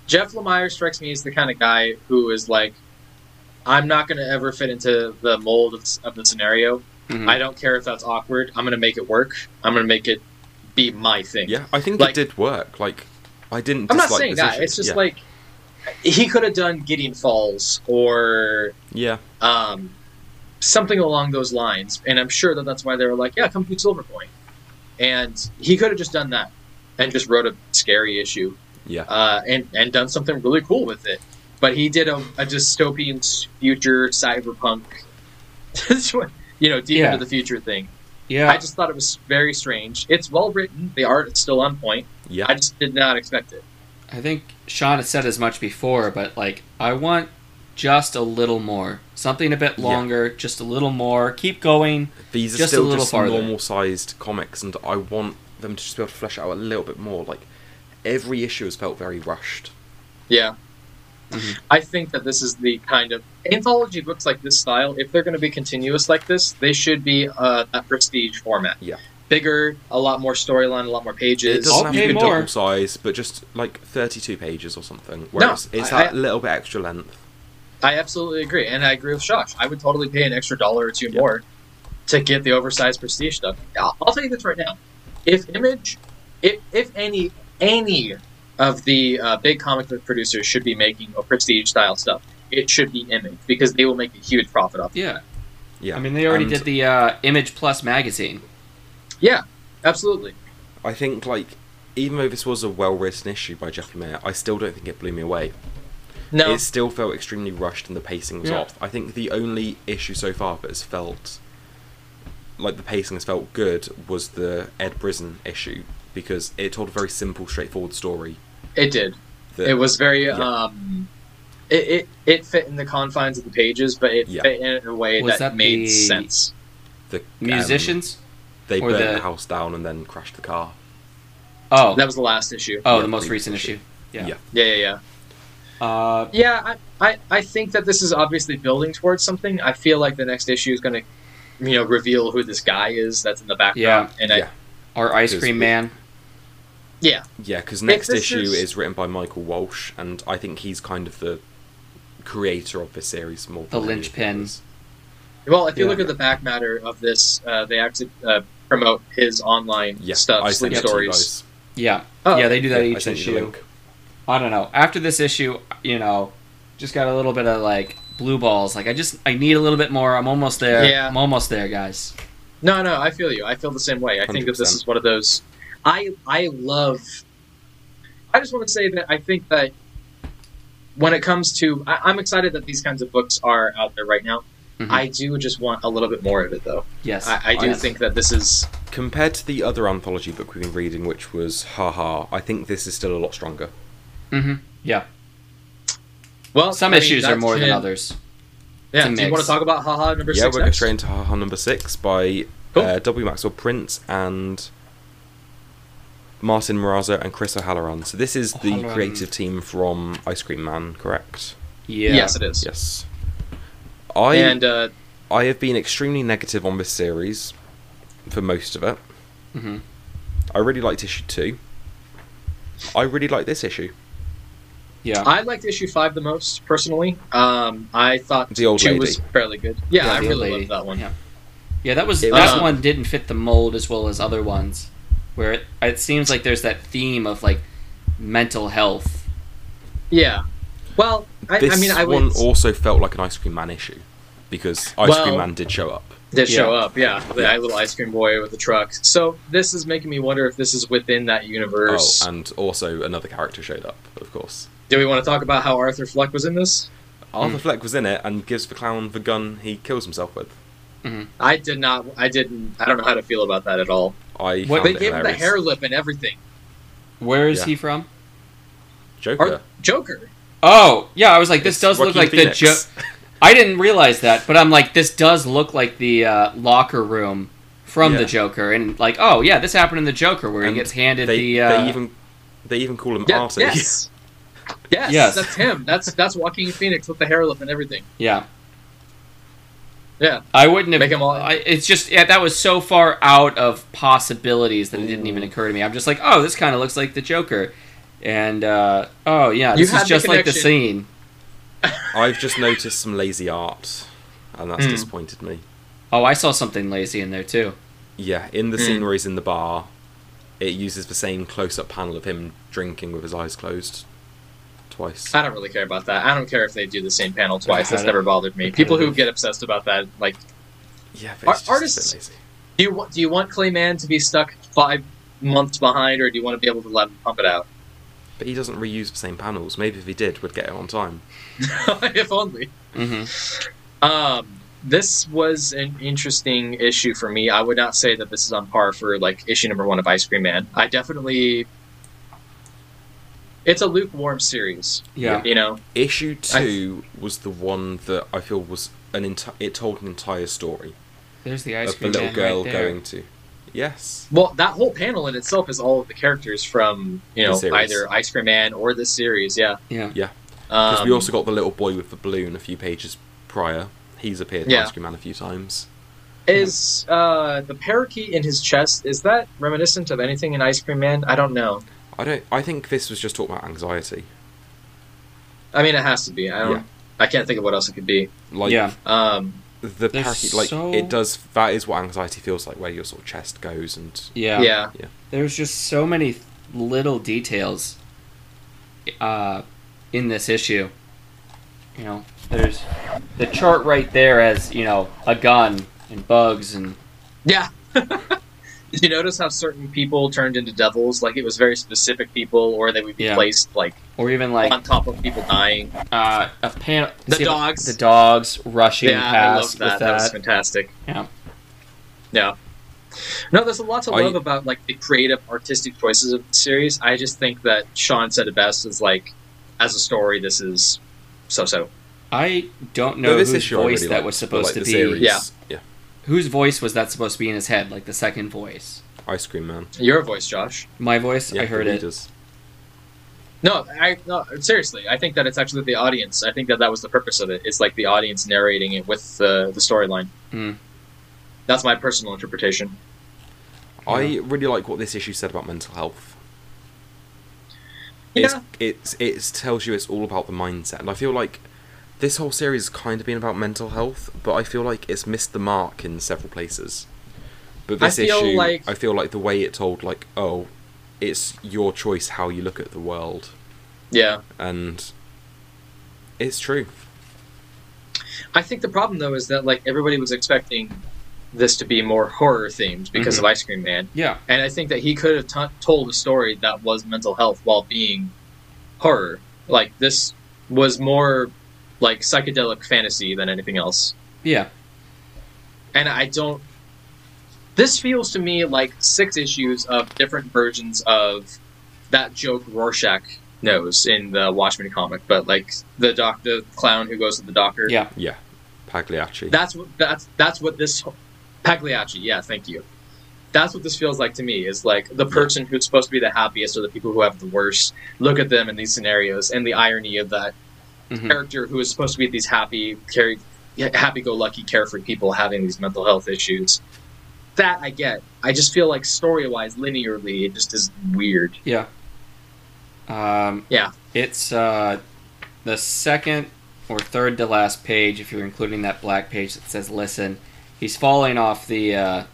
Jeff Lemire strikes me as the kind of guy who is like, I'm not going to ever fit into the mold of, of the scenario.
Hmm.
Mhm.
I don't care if that's awkward. I'm going to make it work. I'm going to make it be my thing.
yeah, I think
Like-
it did work. Like, I didn't.
I'm not
dislike
saying
this
that.
issue.
It's just
yeah.
like he could have done Gideon Falls or
yeah,
um, something along those lines, and I'm sure that that's why they were like, "Yeah, come do Silverpoint," and he could have just done that and just wrote a scary issue
yeah.
uh, and and done something really cool with it. But he did a, a dystopian future cyberpunk, you know, deep
Yeah.
into the future thing.
yeah,
I just thought it was very strange. It's well written. The art is still on point.
Yeah.
I just did not expect it.
I think Sean has said as much before, but like I want just a little more, something a bit
Yeah.
longer, just a little more. Keep going.
These are
Just a
still
little
just
farther.
normal sized comics, and I want them to just be able to flesh it out a little bit more. Like every issue has felt very rushed.
Yeah.
Mhm.
Mm-hmm.
I think that this is the kind of anthology books like this style. If they're going to be continuous like this, they should be uh, that prestige format.
Yeah.
Bigger, a lot more storyline, a lot more
It
pages.
doesn't
I'll
have to
pay
be
more.
double size, but just like thirty-two pages or something. Where it's, it's
I-
that little bit extra length.
I absolutely agree, and I agree with Shosh. I would totally pay an extra dollar or two
Yeah.
more to get the oversized prestige stuff. I'll, I'll tell you this right now: if Image, if if any any of the uh, big comic book producers should be making a prestige style stuff, it should be Image because they will make a huge profit off.
Yeah,
Yeah,
I mean they already
and
did the uh, Image Plus magazine.
Yeah, absolutely.
I think like even though this was a well-written issue by Jeff Lemire, I still don't think it blew me away.
No,
It still felt extremely rushed and the pacing was
Yeah.
off. I think the only issue so far that has felt like the pacing has felt good was the Ed Brison issue because it told a very simple, straightforward story.
it did.
That,
it was very.
yeah.
Um, it, it it fit in the confines of the pages, but it
Yeah.
fit in a way
Was
that,
that
made
the-
sense.
the um,
Musicians.
they
or
burnt
the-
the... house down and then crashed the car.
oh,
That was the last issue.
oh,
yeah,
the most
previous
recent
issue.
issue. Yeah.
Yeah.
Yeah, yeah, yeah.
Uh,
Yeah, I, I, I think that this is obviously building towards something. I feel like the next issue is going to, you know, reveal who this guy is that's in the background. and I,
Yeah.
our ice
Because
cream
we-
man.
Yeah, because next
this
issue
is-
is... written by Michael Walsh, and I think he's kind of the creator of this series more. than
The
any
linchpin.
others.
well, if you
Yeah.
look at the back matter of this, uh, they actually uh, promote his online
Yeah,
stuff,
I
sleep
sent it to you
stories.
guys.
Yeah,
Oh.
yeah, they do that
Yeah, I
each
sent you the
issue.
link.
I don't know. After this issue, you know, just got a little bit of like blue balls. Like I just I need a little bit more. I'm almost there.
Yeah.
I'm almost there, guys.
No, no, I feel you. I feel the same way. I think that this
100%.
is one of those. I I love. I just want to say that I think that when it comes to, I, I'm excited that these kinds of books are out there right now.
Mhm.
I do just want a little bit more of it, though.
yes,
I, I do
yes.
think that this is
Compared to the other anthology book we've been reading, which was Haha, I think this is still a lot stronger.
Mhm. Yeah,
well.
some
I mean,
issues are
that's
more than
been-
others.
Yeah.
It's a
Do you want
mix.
to talk about Haha number
yeah,
six?
we're going
next?
straight into Haha number six by
Cool.
uh, W. Maxwell Prince and Martin Morazzo and Chris O'Halloran. So this is the
O'Halloran.
creative team from Ice Cream Man, correct?
Yeah,
Yes, it is.
Yes. I
and uh,
I have been extremely negative on this series for most of it.
hmm
I really liked issue two. I really like this issue.
yeah.
I liked issue five the most personally. Um, I thought
The old
two
lady.
was fairly good. Yeah, I
the old
really
lady.
loved that one. uh,
Yeah, Yeah, that was
It
that
was-
one didn't fit the mold as well as other ones, where it, it seems like there's that theme of like mental health.
Yeah. Well, I,
this
I mean, I
one
would
also felt like an Ice Cream Man issue because Ice
Well-
Cream Man did show up.
did show
yeah.
up. Yeah, the
Yeah.
little ice cream boy with the truck. So this is making me wonder if this is within that universe.
Oh, and also another character showed up, of course.
Do we want to talk about how Arthur Fleck was in this? Hmm.
Arthur Fleck was in it and gives the clown the gun he kills himself with.
I did not. I didn't. I don't know how to feel about that at all.
I what,
What-
They
found it
gave him the
hilarious.
hair lip and everything.
Where is
Yeah.
he from?
Joker.
Ar- Joker.
Oh, yeah. I was like, this
It's
does look
Joaquin
like
Phoenix.
the. Jo- I didn't realize that, but I'm like, this does look like the uh, locker room from the
Yeah.
Joker, and like, oh yeah, this happened in the Joker where
And
he gets handed
they,
the. Uh,
they even they even call him
Yeah,
Artie.
yes. Yes,
Yes.
that's him. That's that's Joaquin Phoenix with the hair lip and everything.
yeah.
Yeah.
I wouldn't have.
Make 'em all-
I, it's just yeah, that was so far out of possibilities that it didn't even occur to me. I'm just like, oh, this kind of looks like the Joker, and uh, oh yeah,
You
this
had
is
the
just like the
connection.
scene.
I've just noticed some lazy art, and that's
Hmm.
disappointed me.
Oh, I saw something lazy in there too.
Yeah, in the
Hmm.
scene where he's in the bar, it uses the same close-up panel of him drinking with his eyes closed, twice.
I don't really care about that. I don't care if they do the same panel twice.
Yeah, I
That's
don't-
never bothered me. People who get obsessed about that, like,
yeah, but
Ar-
it's just
artists-
a bit lazy.
do you want do you want Clayman to be stuck five months behind, or do you want to be able to let him pump it out?
But he doesn't reuse the same panels. Maybe if he did, we'd get it on time.
if only.
Mm-hmm.
hmm
Um, this was an interesting issue for me. I would not say that this is on par for like issue number one of Ice Cream Man. I definitely. It's a lukewarm series,
Yeah.
you know.
Issue two was the one that I feel was an enti- it told an entire story
There's the ice
of the
cream
little
man
girl
right there.
going to. Yes.
Well, that whole panel in itself is all of the characters from you
The
know
series.
either Ice Cream Man or this series. Yeah,
Yeah.
Because
um,
we also got the little boy with the balloon a few pages prior. He's appeared in
Yeah.
Ice Cream Man a few times.
is uh, the parakeet in his chest. Is that reminiscent of anything in Ice Cream Man? I don't know.
I don't. I think this was just talking about anxiety.
I mean, it has to be. I don't.
Yeah.
I can't think of what else it could be.
Like
yeah.
Um,
the
There's
parakeet, like
so-
it does. That is what anxiety feels like, where your sort of chest goes and
Yeah.
yeah.
There's just so many little details uh, in this issue. You know, there's the chart right there as, you know, a gun and bugs and
Yeah. Did you notice how certain people turned into devils? Like it was very specific people, or they would be
Yeah.
placed like
or even like
on top of people dying.
uh, a panel
The
see,
dogs.
the dogs rushing
Yeah, I
past
loved that.
with
that. was
that.
fantastic.
Yeah.
Yeah. No, there's a lot to
I-
love about like the creative, artistic choices of the series. I just think that Sean said it best: is like, as a story, this is so-so.
I don't
Though
know
this
whose
issue I
voice
really
that
liked,
was
but,
supposed
like,
to
the
be.
series-
Yeah.
yeah,
Whose voice was that supposed to be in his head? Like the second voice.
Ice Cream Man.
Your voice, Josh.
My voice?
Yeah,
I
the
heard it.
leaders.
No, I no, seriously. I think that it's actually the audience. I think that that was the purpose of it. It's like the audience narrating it with uh, the the storyline.
Mm.
That's my personal interpretation.
I really like what this issue said about mental health.
Yeah,
It's, it's it tells you it's all about the mindset, and I feel like this whole series has kind of been about mental health, but I feel like it's missed the mark in several places. But
I
this
feel
issue,
like-
I feel like the way it told, like, oh, it's your choice how you look at the world,
yeah.
and it's true.
I think the problem though is that like everybody was expecting this to be more horror themed because of Ice Cream Man,
Yeah.
and I think that he could have t- told a story that was mental health while being horror. Like this was more like psychedelic fantasy than anything else.
Yeah.
And I don't. This feels to me like six issues of different versions of that joke Rorschach knows in the Watchmen comic, but like the doc, the clown who goes to the doctor.
Yeah.
Yeah, Pagliacci.
That's what that's that's what this Pagliacci. Yeah, thank you. That's what this feels like to me. Is like the person who's supposed to be the happiest or the people who have the worst look at them in these scenarios, and the irony of that
Mhm.
character who is supposed to be these happy, carry, happy-go-lucky, carefree people having these mental health issues. That I get. I just feel like story-wise, linearly, it just is weird.
Yeah. Um,
Yeah.
It's uh, the second or third to last page, if you're including that black page that says "Listen." He's falling off the uh,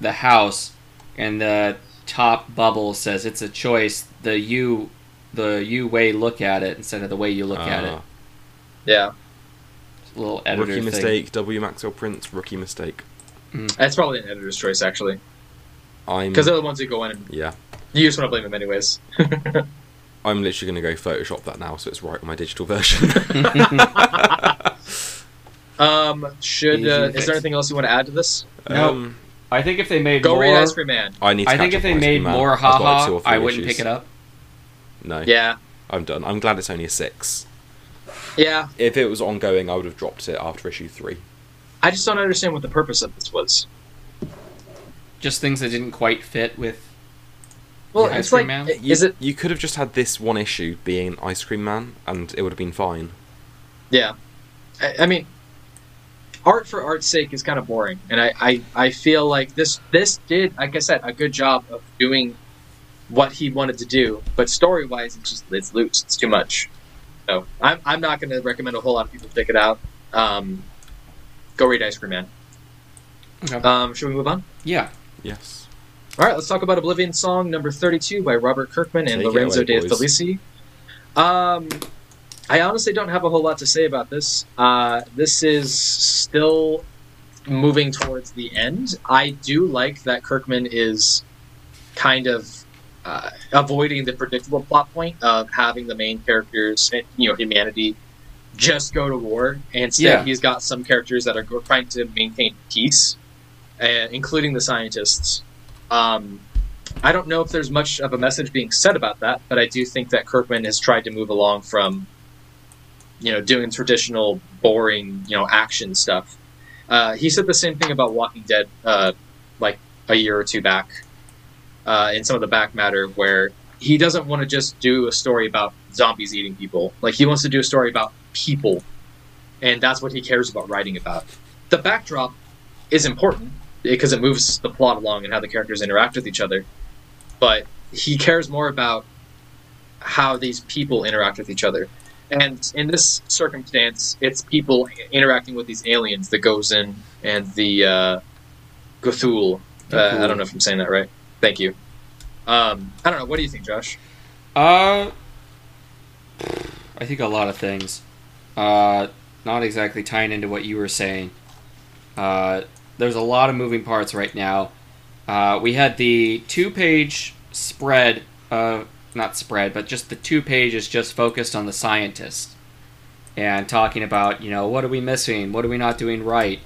the house, and the top bubble says it's a choice. The you, the you way look at it instead of the way you look at it.
Ah,
Yeah,
Little editor
Rookie
thing.
mistake. W Maxwell Prince. Rookie mistake.
that's probably an editor's choice actually,
Hmm.
I'm.
because they're the ones who go in and
Yeah,
you just want to blame them anyways.
I'm literally gonna go Photoshop that now, so it's right on my digital version.
Um, should
Easy
uh,
fix.
is there anything else you want to add to this?
Nope.
Um,
I think if they made
Go
more,
read Ice Cream Man.
I need. To
I think
catch
if
up on
they
Ice
made
Cream Man.
more
I've got, like, two
haha,
or three
I wouldn't
issues.
pick it up.
No.
Yeah,
I'm done. I'm glad it's only a six.
yeah.
If it was ongoing, I would have dropped it after issue three.
I just don't understand what the purpose of this was.
Just things that didn't quite fit with.
Well,
Yeah, Ice
it's
Cream
like,
Man?
You,
is it?
You could have just had this one issue being Ice Cream Man, and it would have been fine.
Yeah, I, I mean, art for art's sake is kind of boring, and I, I, I feel like this this did, like I said, a good job of doing what he wanted to do, but story wise, it's just it's loose, it's too much. So I'm I'm not going to recommend a whole lot of people pick it out. Um, go read Ice Cream Man.
Okay.
Um, should we move on?
Yeah.
Yes.
All right, let's talk about Oblivion Song number 32 by Robert Kirkman and
Take it
Lorenzo
away,
De
boys.
Felici. Um, I honestly don't have a whole lot to say about this. Uh, this is still moving towards the end. I do like that Kirkman is kind of uh, avoiding the predictable plot point of having the main characters, eh, you know, humanity, just go to war. And instead,
Yeah.
he's got some characters that are go- trying to maintain peace, uh, including the scientists. Um, I don't know if there's much of a message being said about that, but I do think that Kirkman has tried to move along from, you know, doing traditional, boring, you know, action stuff. Uh, he said the same thing about Walking Dead, uh, like a year or two back, uh, in some of the back matter, where he doesn't want to just do a story about zombies eating people. Like he wants to do a story about people, and that's what he cares about writing about. The backdrop is important because it moves the plot along and how the characters interact with each other. But he cares more about how these people interact with each other. And in this circumstance, it's people interacting with these aliens, the Gozen and the uh, Gothul. Uh, I don't know if I'm saying that right. Thank you. Um, I don't know. What do you think, Josh?
Uh, I think a lot of things. Uh, not exactly tying into what you were saying. Uh, there's a lot of moving parts right now. Uh, we had the two page spread, uh, not spread, but just the two pages just focused on the scientist and talking about, you know, what are we missing? What are we not doing right?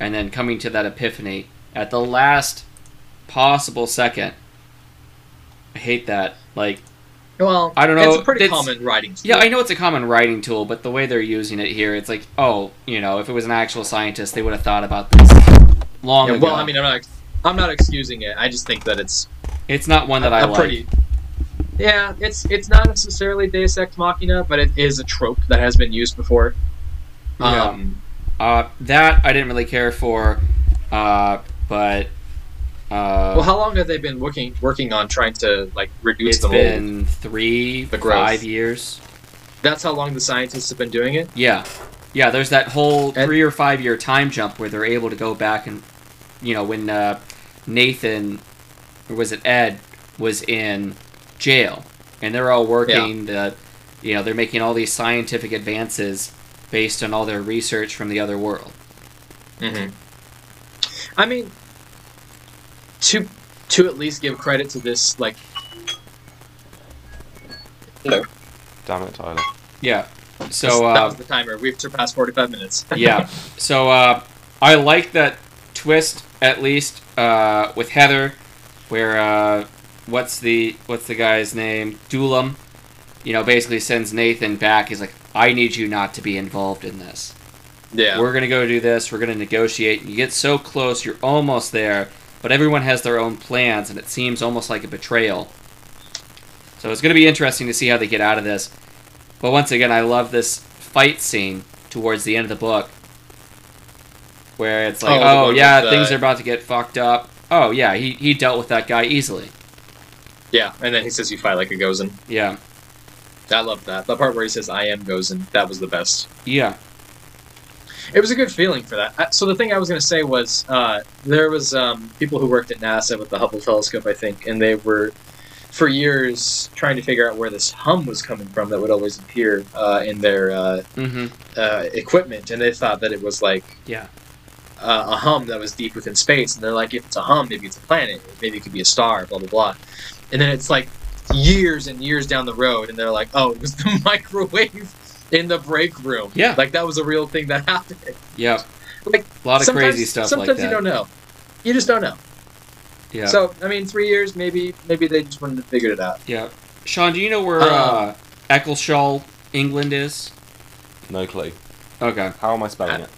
And then coming to that epiphany at the last possible second. I hate that. Like,
Well,
I don't know.
It's a pretty
It's-
common writing.
yeah, I know it's a common writing tool, but the way they're using it here, it's like, oh, you know, if it was an actual scientist, they would have thought about this long
Yeah,
ago.
well, I mean, I'm not. I'm not excusing it. I just think that it's
it's not one that I
a
like.
pretty. Yeah, it's it's not necessarily Deus Ex Machina, but it is a trope that has been used before.
Yeah.
Um,
Uh, that I didn't really care for, uh, but uh,
well, how long have they been working working on trying to like reduce
it's
the mold?
been three,
The growth.
five years.
That's how long the scientists have been doing it.
Yeah, yeah. There's that whole
And-
three or five year time jump where they're able to go back and, you know, when uh, Nathan, or was it Ed, was in jail, and they're all working the, you know, they're making all these scientific advances based on all their research from the other world.
Mm-hmm.
Mm-hmm.
I mean, to to at least give credit to this, like
Damn it, Tyler.
Yeah. So
that
uh,
was the timer. We've surpassed 45 minutes.
yeah. So uh, I like that twist at least uh, with Heather, where uh, what's the what's the guy's name? Dulam, you know, basically sends Nathan back. He's like, I need you not to be involved in this.
yeah.
We're gonna go do this. We're gonna negotiate. You get so close, you're almost there, but everyone has their own plans, and it seems almost like a betrayal. So it's gonna be interesting to see how they get out of this. But once again, I love this fight scene towards the end of the book, where it's like,
Oh, the
oh,
one
yeah,
with, uh,
things are about to get fucked up. Oh yeah, he he dealt with that guy easily.
yeah. And then he says, You fight like a Gozen.
Yeah,
I love that. The part where he says, I am Gozen. That was the best.
yeah,
it was a good feeling for that. Uh, So the thing I was going to say was uh, there was um, people who worked at NASA with the Hubble telescope, I think, and they were for years trying to figure out where this hum was coming from that would always appear uh, in their uh,
mm-hmm,
uh, equipment, and they thought that it was like
yeah,
uh, a hum that was deep within space, and they're like, if it's a hum, maybe it's a planet, maybe it could be a star, blah blah blah, and then it's like years and years down the road, and they're like, oh, it was the microwave in the break room,
Yeah.
like that was a real thing that happened.
yeah.
Like,
a lot of
sometimes,
crazy stuff
Sometimes
like
you
that.
don't know. You just don't know.
yeah.
So I mean, three years, maybe, maybe they just wouldn't have figured it out.
Yeah. Sean, do you know where
Uh,
uh, Eccleshall, England is?
No clue.
Okay.
How am I spelling it?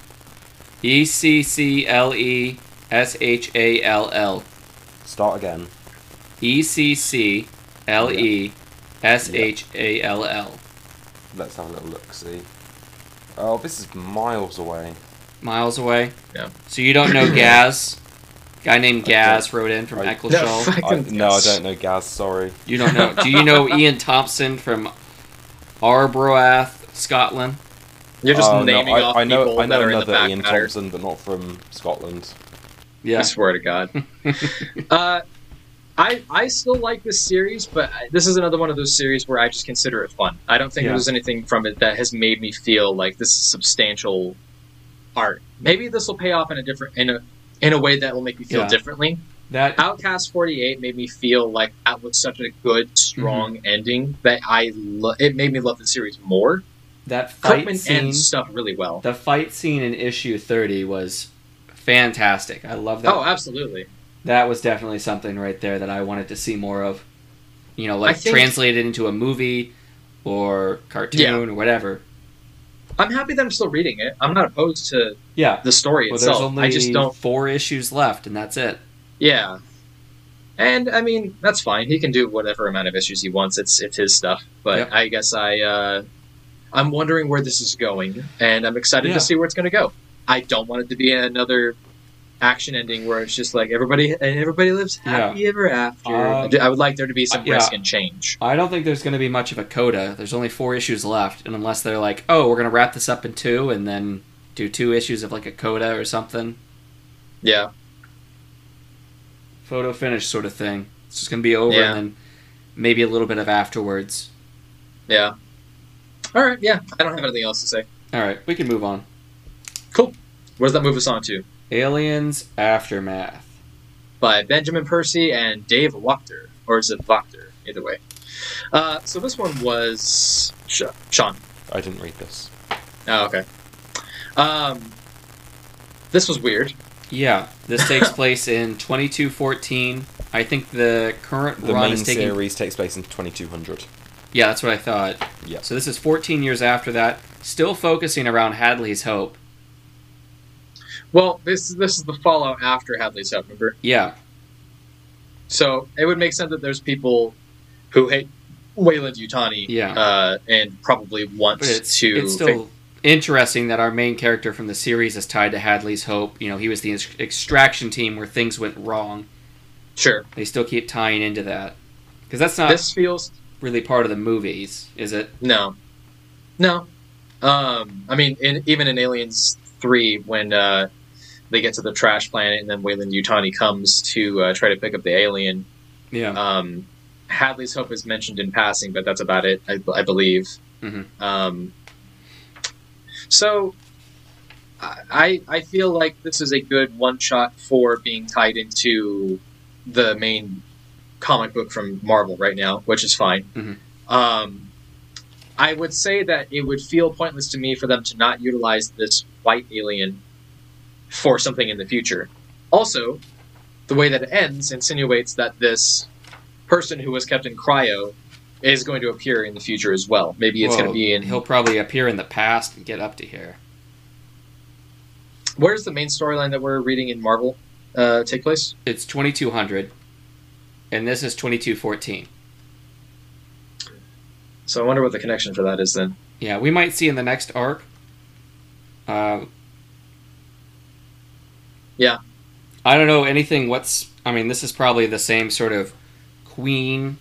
E C C L E S H A L L.
Start again.
E C C L E S H A L L.
Let's have a little look. See. Oh, this is miles away.
Miles away.
Yeah.
So you don't know Gaz? Guy named Gaz wrote in from
I-
Eccleshall.
No,
I,
fucking
no, I
yes.
don't know Gaz. Sorry.
You don't know. Do you know Ian Thompson from Arbroath, Scotland?
You're just
Oh, no,
naming
I,
off
I know,
people
I know
that are in the
another
back
Ian
matter.
Thompson, but not from Scotland.
I
Yeah.
swear to God. uh, I I still like this series, but I- this is another one of those series where I just consider it fun. I don't think
Yeah.
there's anything from it that has made me feel like this is substantial art. Maybe this will pay off in a different in a in a way that will make me feel
Yeah.
differently.
That
Outcast 48 made me feel like that was such a good, strong
Mm-hmm.
ending that I lo- it made me love the series more.
that fight
Kirkman
scene.
ends stuff really well.
The fight scene in issue 30 was fantastic. I love that.
oh, absolutely.
that was definitely something right there that I wanted to see more of. You know, like
I think-
translated into a movie or cartoon
Yeah.
or whatever.
I'm happy that I'm still reading it. I'm not opposed to
Yeah.
the story
Well, there's
itself.
only
I just don't.
four issues left, and that's it.
Yeah. And I mean, that's fine. He can do whatever amount of issues he wants. It's it's his stuff. But
Yep.
I guess I uh, I'm wondering where this is going, and I'm excited
Yeah.
to see where it's going to go. I don't want it to be another action ending where it's just like everybody and everybody lives
Yeah.
happy ever after.
Um,
I do- I would like there to be some
uh, yeah.
risk and change.
I don't think there's going to be much of a coda. There's only four issues left, and unless they're like, oh, we're going to wrap this up in two and then do two issues of like a coda or something,
Yeah,
photo finish sort of thing. It's just going to be over
Yeah.
and then maybe a little bit of afterwards.
yeah. All right, yeah. I don't have anything else to say.
All right, we can move on.
What does that move us on to?
Aliens Aftermath.
by Benjamin Percy and Dave Wachter, or is it Wachter? Either way. Uh, so this one was Sh- Sean.
I didn't read this.
Oh, okay. Um, this was weird.
Yeah, this takes place in 2214. I think the current
The
run
main
is taking.
series takes place in 2200.
Yeah, that's what I thought.
Yeah.
So this is 14 years after that, still focusing around Hadley's Hope.
Well, this this is the fallout after Hadley's Hope, remember?
Yeah,
So it would make sense that there's people who hate Wayland Utani,
Yeah.
uh, and probably want
but it's
to.
it's
fix-
still interesting that our main character from the series is tied to Hadley's Hope. You know, he was the ex- extraction team where things went wrong.
sure.
They still keep tying into that because that's not
This feels
really part of the movies, is it?
No, no. Um, I mean, in, even in Aliens Three, when uh, they get to the trash planet and then Wayland Utani comes to uh, try to pick up the alien,
Yeah.
um, Hadley's Hope is mentioned in passing, but that's about it, I, I believe.
Mhm.
Um, so, I I feel like this is a good one shot for being tied into the main comic book from Marvel right now, which is fine.
Mhm.
Um, I would say that it would feel pointless to me for them to not utilize this white alien for something in the future. Also, the way that it ends insinuates that this person who was kept in cryo is going to appear in the future as well. Maybe it's going
Well,
to be in.
He'll probably appear in the past and get up to here.
Where's the main storyline that we're reading in Marvel uh, take place?
It's 2200, and this is 2214.
So I wonder what the connection for that is then.
Yeah, we might see in the next arc. Uh,
Yeah.
I don't know anything. What's I mean, this is probably the same sort of queen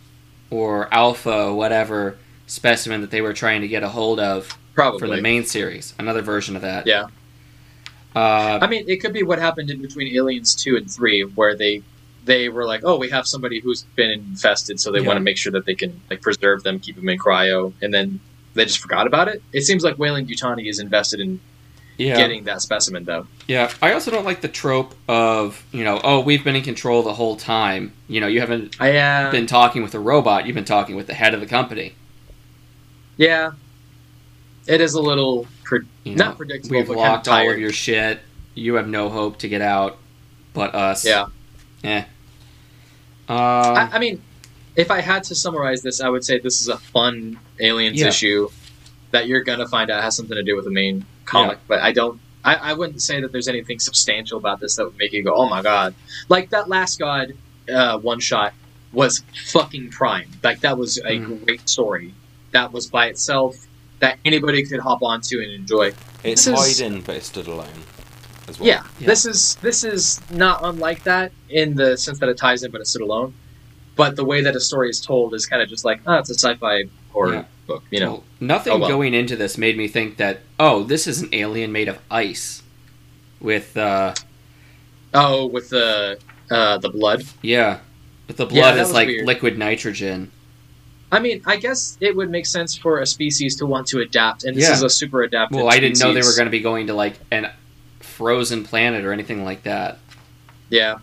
or alpha, whatever specimen that they were trying to get a hold of
Probably.
for the main series. Another version of that.
Yeah.
Uh,
I mean, it could be what happened in between Aliens two and three, where they they were like, "Oh, we have somebody who's been infested, so they
Yeah.
want to make sure that they can like preserve them, keep them in cryo," and then they just forgot about it. It seems like Wayland Yutani is invested in
yeah.
getting that specimen, though.
Yeah, I also don't like the trope of you know, oh, we've been in control the whole time. You know, you haven't
I uh,
been talking with a robot; you've been talking with the head of the company.
yeah, it is a little pre-
You know,
not predictable.
we've
but kind of
locked all of
tired.
your shit. You have no hope to get out, but us.
Yeah,
Eh. Uh,
I, I mean, if I had to summarize this, I would say this is a fun aliens
Yeah.
issue that you're gonna find out has something to do with the main comic. But I don't. I, I wouldn't say that there's anything substantial about this that would make you go, "Oh my god!" Like that Last God uh, one shot was fucking prime. Like that was a
Mhm.
great story. That was by itself that anybody could hop onto and enjoy. This
It's tied
is-
in, but it stood alone. As well.
Yeah,
Yeah.
this is this is not unlike that in the sense that it ties in, but it's stood alone. But the way that a story is told is kind of just like, oh, it's a sci-fi horror
Yeah.
book, you know?
well, nothing
oh well.
going into this made me think that oh, this is an alien made of ice, with uh,
Oh, with the uh, the blood.
yeah, with the
Yeah,
blood
that
is
was
like
weird.
liquid nitrogen.
I mean, I guess it would make sense for a species to want to adapt, and this
Yeah.
is a super adaptive.
Well, I didn't know they were
species.
going to be going to like an frozen planet or anything like that.
Yeah,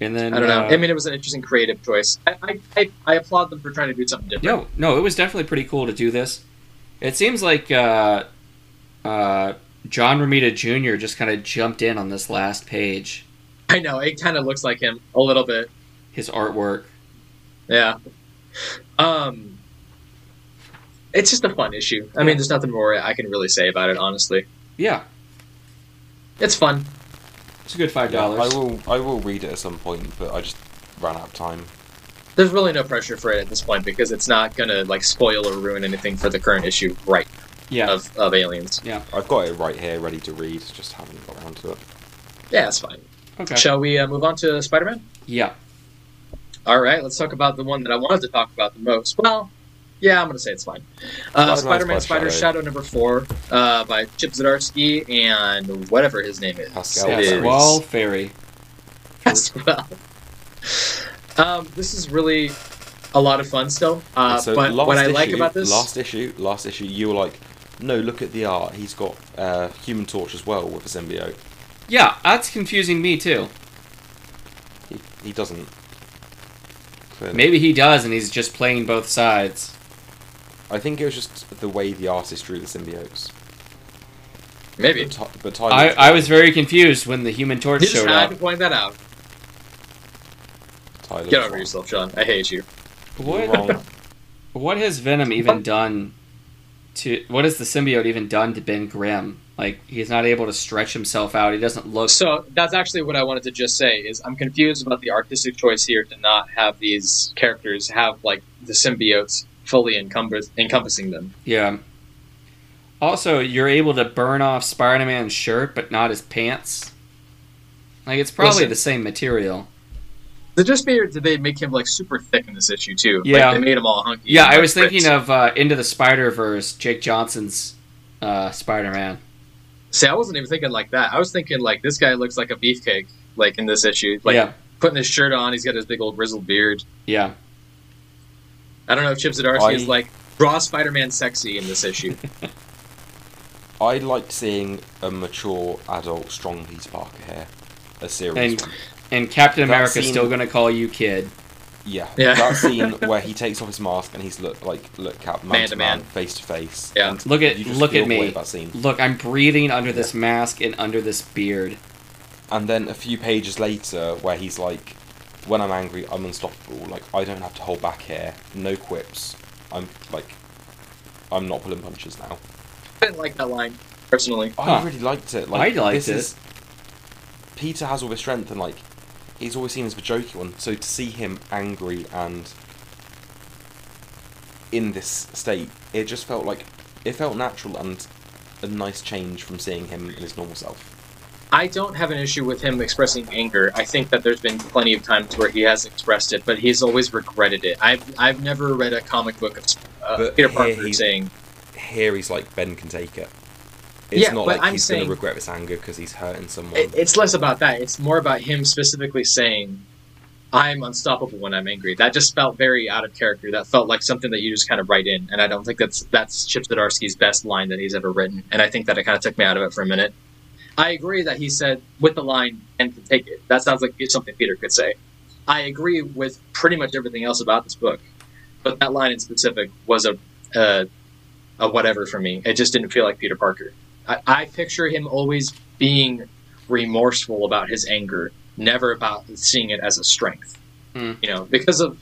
And then
I don't know.
uh,
I mean, it was an interesting creative choice. I I, I, I applaud them for trying to do something different.
no, no, it was definitely pretty cool to do this. It seems like uh, uh, John Romita Jr. just kind of jumped in on this last page,
I know it kind of looks like him a little bit.
his artwork.
Yeah. Um It's just a fun issue. I mean, there's nothing more I can really say about it, honestly.
Yeah,
It's fun.
it's a good five
Yeah, I
dollars.
will. I will read it at some point, but I just ran out of time.
There's really no pressure for it at this point because it's not gonna like spoil or ruin anything for the current issue right
yeah,
of, of aliens.
I've got it right here, ready to read. Just haven't got around to it.
Yeah, it's fine.
okay,
Shall we uh, move on to Spider Man?
yeah.
All right, let's talk about the one that I wanted to talk about the most. Well, yeah, I'm going to say it's fine. Uh,
Spider-Man,
Spider Man Spider
Spider-Shadow.
Shadow number four uh, by Chip Zdarsky and whatever his name is.
Pascal
It
yeah
Yes,
is-
Ferry.
Wall Fairy.
as well. Um, this is really a lot of fun still. Uh,
So
but
last
what I like
issue-
about this,
last issue, last issue, you were like, no, look at the art. He's got uh, Human Torch as well with a symbiote.
Yeah, that's confusing me too.
He, he doesn't. Clearly.
Maybe he does, and he's just playing both sides.
I think it was just the way the artist drew the symbiotes.
maybe.
But, Ty- but
I,
Tyler,
I was very confused when the Human Torch
You Oh, just
showed
had
up.
to point that out.
Tyler
Get
was
over
wrong.
yourself, Sean. I hate you.
You were
What?
wrong.
What has Venom even done to what has the symbiote even done to Ben Grimm? Like he's not able to stretch himself out. He doesn't look
Oh, So that's actually what I wanted to just say is I'm confused about the artistic choice here to not have these characters have like the symbiotes fully encompass- encompassing them.
yeah. Also, you're able to burn off Spider-Man's shirt but not his pants. Like it's probably
Listen.
the same material.
They just made did they make him like super thick in this issue too?
Yeah.
like, they made him all hunky.
Yeah,
and,
I
like,
was thinking
ripped.
of uh, Into the Spider-Verse, Jake Johnson's uh, Spider-Man.
See, I wasn't even thinking like that. I was thinking like this guy looks like a beefcake, like in this issue. Like
yeah.
putting his shirt on. He's got his big old grizzled beard.
Yeah.
I don't know if Chip Zdarsky
I-
is like draw Spider-Man sexy in this issue.
I liked seeing a mature, adult, strong Peter Parker here. A serious
And
one.
and Captain
That
America's
scene-
still going to call you kid.
Yeah.
Yeah.
That scene where he takes off his mask and he's look like look at man, to man, face to face.
Yeah.
and
Look at
you just
look
feel
at
the way
me.
That scene.
Look, I'm breathing under this mask and under this beard.
And then a few pages later, where he's like, "When I'm angry, I'm unstoppable. Like I don't have to hold back here. No quips. I'm like, I'm not pulling punches now."
I didn't like that line personally.
I
Huh.
really liked it. Like,
I liked
this
it.
is- Peter has all this strength, and like, he's always seen as the jokey one. So to see him angry and in this state, it just felt like it felt natural and a nice change from seeing him in his normal self.
I don't have an issue with him expressing anger. I think that there's been plenty of times where he has expressed it, but he's always regretted it. I've I've never read a comic book of uh,
But
Peter
here
Parker
he-
saying,
Here, he's like Ben can take it. It's
Yeah,
not
but
like
I'm
he's
saying-
gonna regret this anger because he's hurting someone.
it, it's less about that. It's more about him specifically saying, "I'm unstoppable when I'm angry." That just felt very out of character. That felt like something that you just kind of write in, and I don't think that's that's Chip Zdarsky's best line that he's ever written. And I think that it kind of took me out of it for a minute. I agree that he said with the line "and can take it." That sounds like it's something Peter could say. I agree with pretty much everything else about this book, but that line in specific was a a, a whatever for me. It just didn't feel like Peter Parker. I, I picture him always being remorseful about his anger, never about seeing it as a strength.
Hmm.
You know, because of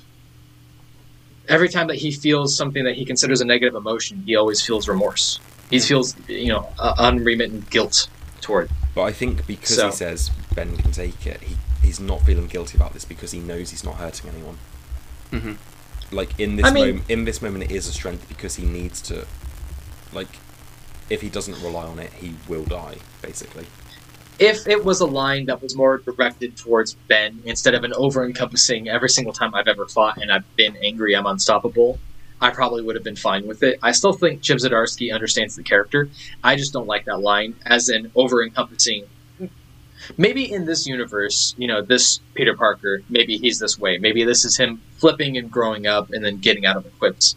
every time that he feels something that he considers a negative emotion, he always feels remorse. He feels, you know, uh, unremittent guilt toward. it.
But I think because
So-
he says Ben can take it, he, he's not feeling guilty about this because he knows he's not hurting anyone.
Mhm.
Like in this
I mean-
moment, in this moment, it is a strength because he needs to. Like, if he doesn't rely on it, he will die. Basically,
If it was a line that was more directed towards Ben instead of an over encompassing every single time I've ever fought and I've been angry, I'm unstoppable, I probably would have been fine with it. I still think Chip Zdarsky understands the character. I just don't like that line as an over encompassing. Maybe in this universe, you know, this Peter Parker, maybe he's this way. Maybe this is him flipping and growing up and then getting out of the quips.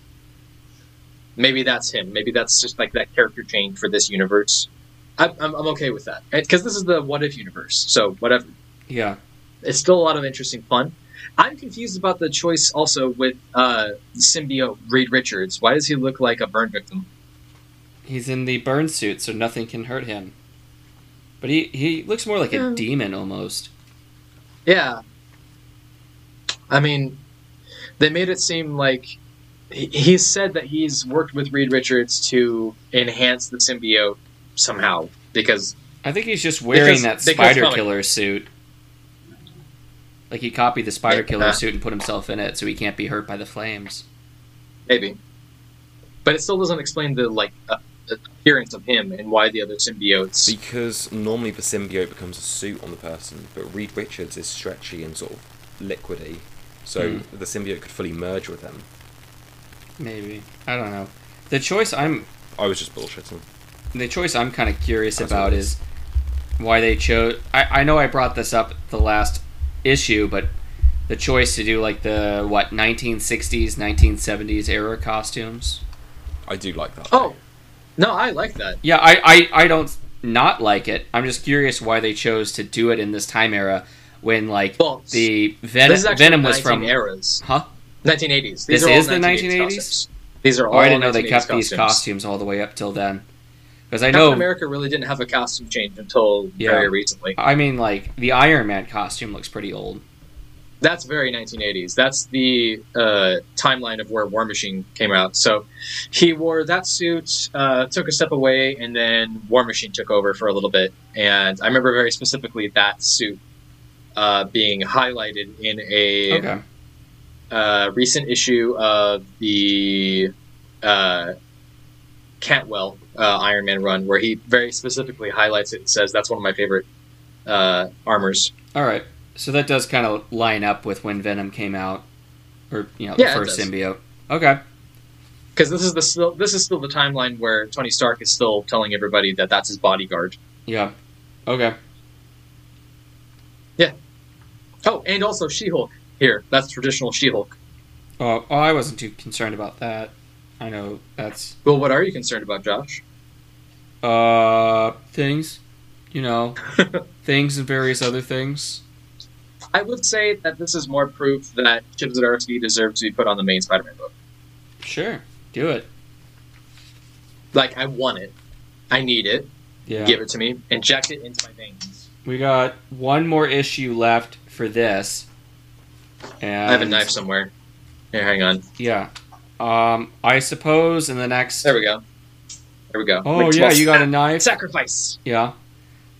Maybe that's him. Maybe that's just like that character change for this universe. I, I'm, I'm okay with that. Because this is the what if universe. So, whatever
Yeah.
it's still a lot of interesting fun. I'm confused about the choice also with uh, symbiote Reed Richards. Why does he look like a burn victim?
He's in the burn suit, so nothing can hurt him. But he, he looks more like a
Yeah.
demon almost.
Yeah. I mean, they made it seem like he, he said that he's worked with Reed Richards to enhance the symbiote somehow because
I think he's just wearing
Because-
that
because
spider
comic-
killer suit. Like he copied the spider killer
Yeah.
suit and put himself in it so he can't be hurt by the flames.
maybe. But it still doesn't explain the like uh, appearance of him and why the other symbiotes.
because normally the symbiote becomes a suit on the person, but Reed Richards is stretchy and sort of liquidy, so
Hmm.
the symbiote could fully merge with him.
Maybe. I don't know. The choice I'm
I was just bullshitting.
the choice I'm kind of curious
That's
about
what it
is why they chose. I, I know I brought this up the last issue, but the choice to do like the what 1960s, 1970s era costumes.
I do like that.
Oh,
though.
no, I like that.
Yeah, I, I I don't not like it. I'm just curious why they chose to do it in this time era when like
Well,
the
this is
Ven-
actually
Venom was from
19 eras.
huh?
1980s. These
This
are
is
all
the
1980s.
1980s?
costumes. These are all.
Oh, I didn't know they
1980s
kept
costumes.
these costumes all the way up till then. Because I
Captain
know
America really didn't have a costume change until
Yeah.
very recently.
I mean like the Iron Man costume looks pretty old.
That's very 1980s. That's the uh, timeline of where War Machine came out. So he wore that suit, uh, took a step away, and then War Machine took over for a little bit. And I remember very specifically that suit uh, being highlighted in a
Okay.
uh, recent issue of the uh, Cantwell uh, Iron Man run, where he very specifically highlights it and says, "That's one of my favorite uh, armors."
All right. So that does kind of line up with when Venom came out, or you know, the
Yeah, it
first
does.
symbiote. Okay.
Because this is the still, this is still the timeline where Tony Stark is still telling everybody that that's his bodyguard.
Yeah. Okay.
Oh, and also She-Hulk here. That's traditional She-Hulk.
Oh, oh, I wasn't too concerned about that. I know that's
Well, what are you concerned about, Josh?
uh things, you know, things and various other things.
I would say that this is more proof that Chip Zdarsky deserves to be put on the main Spider-Man book.
Sure, do it.
Like I want it, I need it.
Yeah.
Give it to me. Inject it into my veins.
We got one more issue left for this. And
I have a knife somewhere. Here, hang on.
Yeah. Um, I suppose in the next.
There we go. There we go.
Oh
Wait,
yeah,
well,
you got a
ah,
knife.
sacrifice.
Yeah.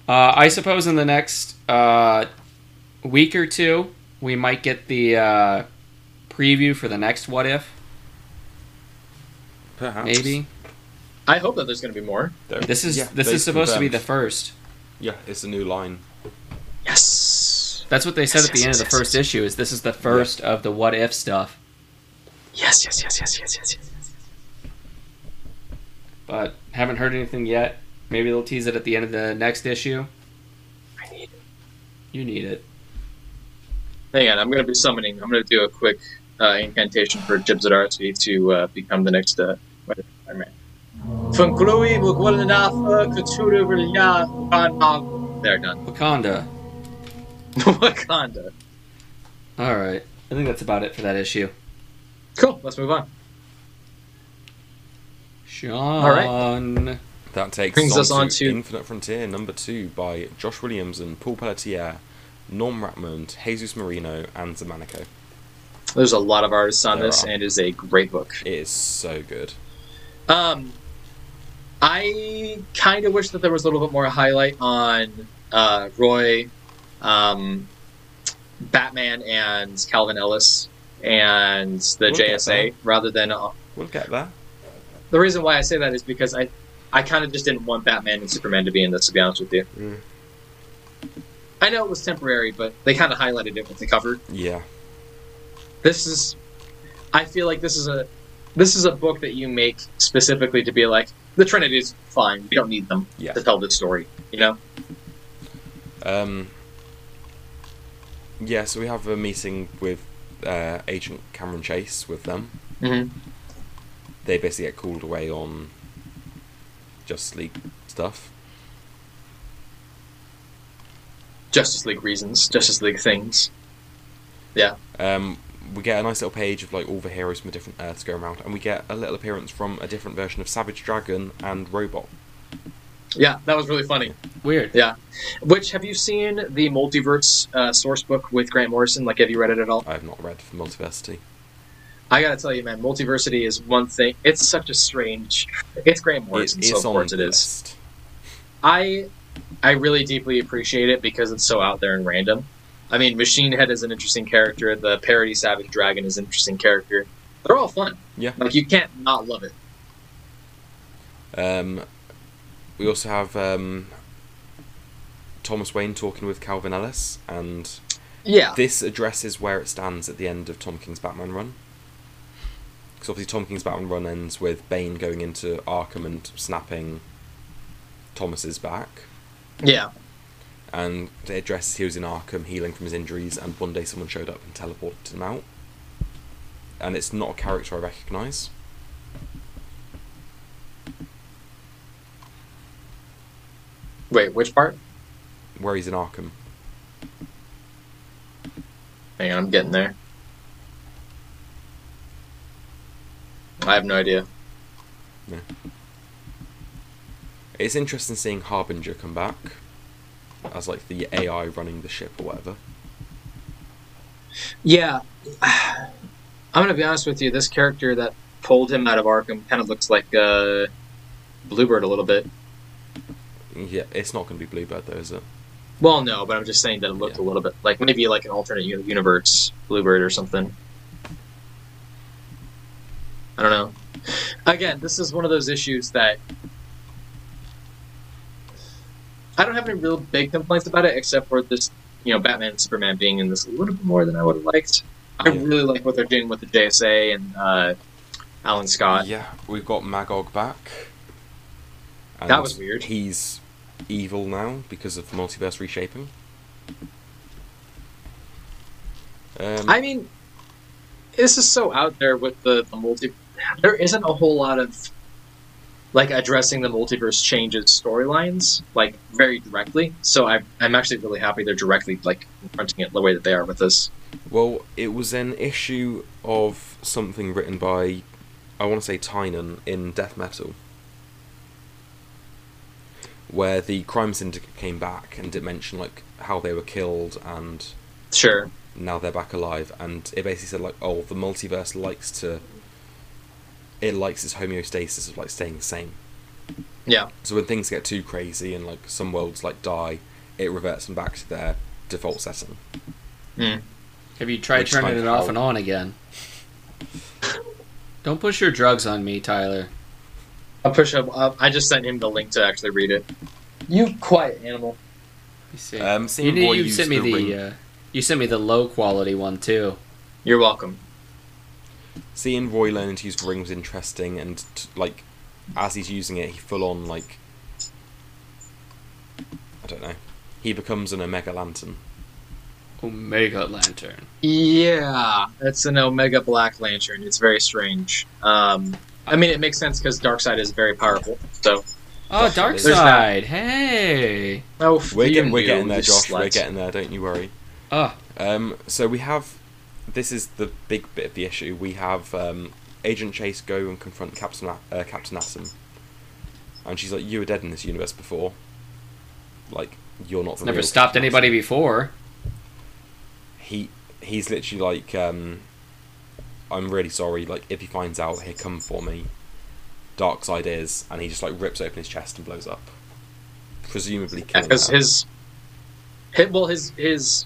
Uh, I suppose in the next uh, week or two, we might get the uh, preview for the next What If.
Perhaps.
Maybe
I hope that there's going to be more.
There-
this is
yeah,
this
they've
is supposed to be the
confirmed.
first.
Yeah, it's a new line.
Yes.
That's what they said
Yes,
at the
yes,
end of
yes,
the
yes,
first issue. Is this is the first of the What If stuff.
Yes. Yes. Yes. Yes. Yes. Yes. Yes. yes.
But haven't heard anything yet. Maybe they'll tease it at the end of the next issue.
I need.
You need it.
Hang on, I'm going to be summoning. I'm going to do a quick uh, incantation for Jibzadarsky to uh, become the next uh, Spider-Man. Funklui Mugwalanafa Katuda Vriya Kanag. There, done.
Wakanda.
Wakanda.
All right. I think that's about it for that issue.
Cool, let's move on.
Sean.
right.
That takes
Brings
on
us on to-
Infinite Frontier number two by Josh Williams and Paul Pelletier, Norm Ratmond, Jesus Marino, and Zamanico.
There's a lot of artists on
There
this,
are.
and it is a great book.
It is so good.
Um, I kind of wish that there was a little bit more highlight on uh, Roy, um, Batman, and Calvin Ellis, and the
We'll get
JSA, rather than uh,
We'll get there.
the reason why I say that is because I, I kind of just didn't want Batman and Superman to be in this. To be honest with you,
Mm.
I know it was temporary, but they kind of highlighted it with the cover.
Yeah.
this is i feel like this is a this is a book that you make specifically to be like the trinity is fine we don't need them
Yeah.
to tell this story you know
Um, yeah, so we have a meeting with uh, Agent Cameron Chase with them.
mm-hmm.
They basically get called away on Just League stuff.
justice league reasons justice league things
Um, we get a nice little page of like all the heroes from the different Earths going around, and we get a little appearance from a different version of Savage Dragon and Robot.
yeah that was really funny
Weird.
which have you seen the multiverse uh, source book with grant morrison like have you read it at all
I have not read for Multiversity.
i gotta tell you man multiversity is one thing it's such a strange it's grant morrison so of course it
the
is
list.
I I really deeply appreciate it because it's so out there and random. I mean, Machine Head is an interesting character. The parody Savage Dragon is an interesting character. They're all fun.
Yeah.
Like you can't not love it.
Um, we also have um, Thomas Wayne talking with Calvin Ellis, and
Yeah.
this addresses where it stands at the end of Tom King's Batman run. Because obviously, Tom King's Batman run ends with Bane going into Arkham and snapping Thomas's back,
Yeah.
and it addresses he was in Arkham healing from his injuries, and one day someone showed up and teleported him out. And it's not a character I recognise.
Wait, which part?
Where he's in Arkham,
Hang on, I'm getting there. I have no idea.
it's interesting seeing Harbinger come back as like the AI running the ship or whatever.
Yeah. I'm gonna be honest with you. This character that pulled him out of Arkham kind of looks like uh, Bluebird a little bit.
Yeah, it's not going to be Bluebird though, is it?
Well, no, but I'm just saying that it looked a little bit like maybe like an alternate uni- universe Bluebird or something. I don't know. Again, this is one of those issues that I don't have any real big complaints about it, except for this, you know, Batman and Superman being in this a little bit more than I would have liked. I
Yeah.
really like what they're doing with the JSA and uh, Alan Scott.
Yeah, we've got Magog back. And
That was weird.
He's evil now because of the multiverse reshaping. Um,
I mean, this is so out there with the, the multi. There isn't a whole lot of like addressing the multiverse changes storylines like very directly. So I, I'm actually really happy they're directly like confronting it the way that they are with this.
Well, it was an issue of something written by, I want to say Tynan in Death Metal, where the crime syndicate came back and it mentioned like how they were killed and
Sure.
now they're back alive, and it basically said like, oh, the multiverse likes to, it likes its homeostasis of like staying the same.
Yeah.
So when things get too crazy and like some worlds like die, it reverts them back to their default setting.
Have you tried
Which
turning
time
it
to
off
how?
and on again? Don't push your drugs on me, Tyler.
I'll push him up. I just sent him the link to actually read it. You quiet animal.
Let me see.
Um,
you,
seeing
knew-
Roy
you
use
sent me
the
the,
ring,
uh, you sent me the low quality one too.
You're welcome.
seeing Roy learning to use the ring was interesting, and t- like, as he's using it, he full on like, I don't know, he becomes an Omega Lantern.
Omega Lantern.
Yeah, that's an Omega Black Lantern. It's very strange. Um, I mean, it makes sense because Darkseid is very powerful. So,
Oh, Dark
There's
that.
Side. Hey.
oh,
We're
you
getting, we're
knew,
getting
you
there, Josh. We're
slut.
getting there. Don't you worry.
Oh,
Um, so we have, this is the big bit of the issue. We have um, Agent Chase go and confront Captain A- uh, Captain Atom, and she's like, "You were dead in this universe before. Like, you're not the
never
real
stopped
Captain Atom."
anybody before.
he he's literally like um i'm really sorry like if he finds out he'll come for me dark side is and he just like rips open his chest and blows up presumably killing
because
her.
his, his well his his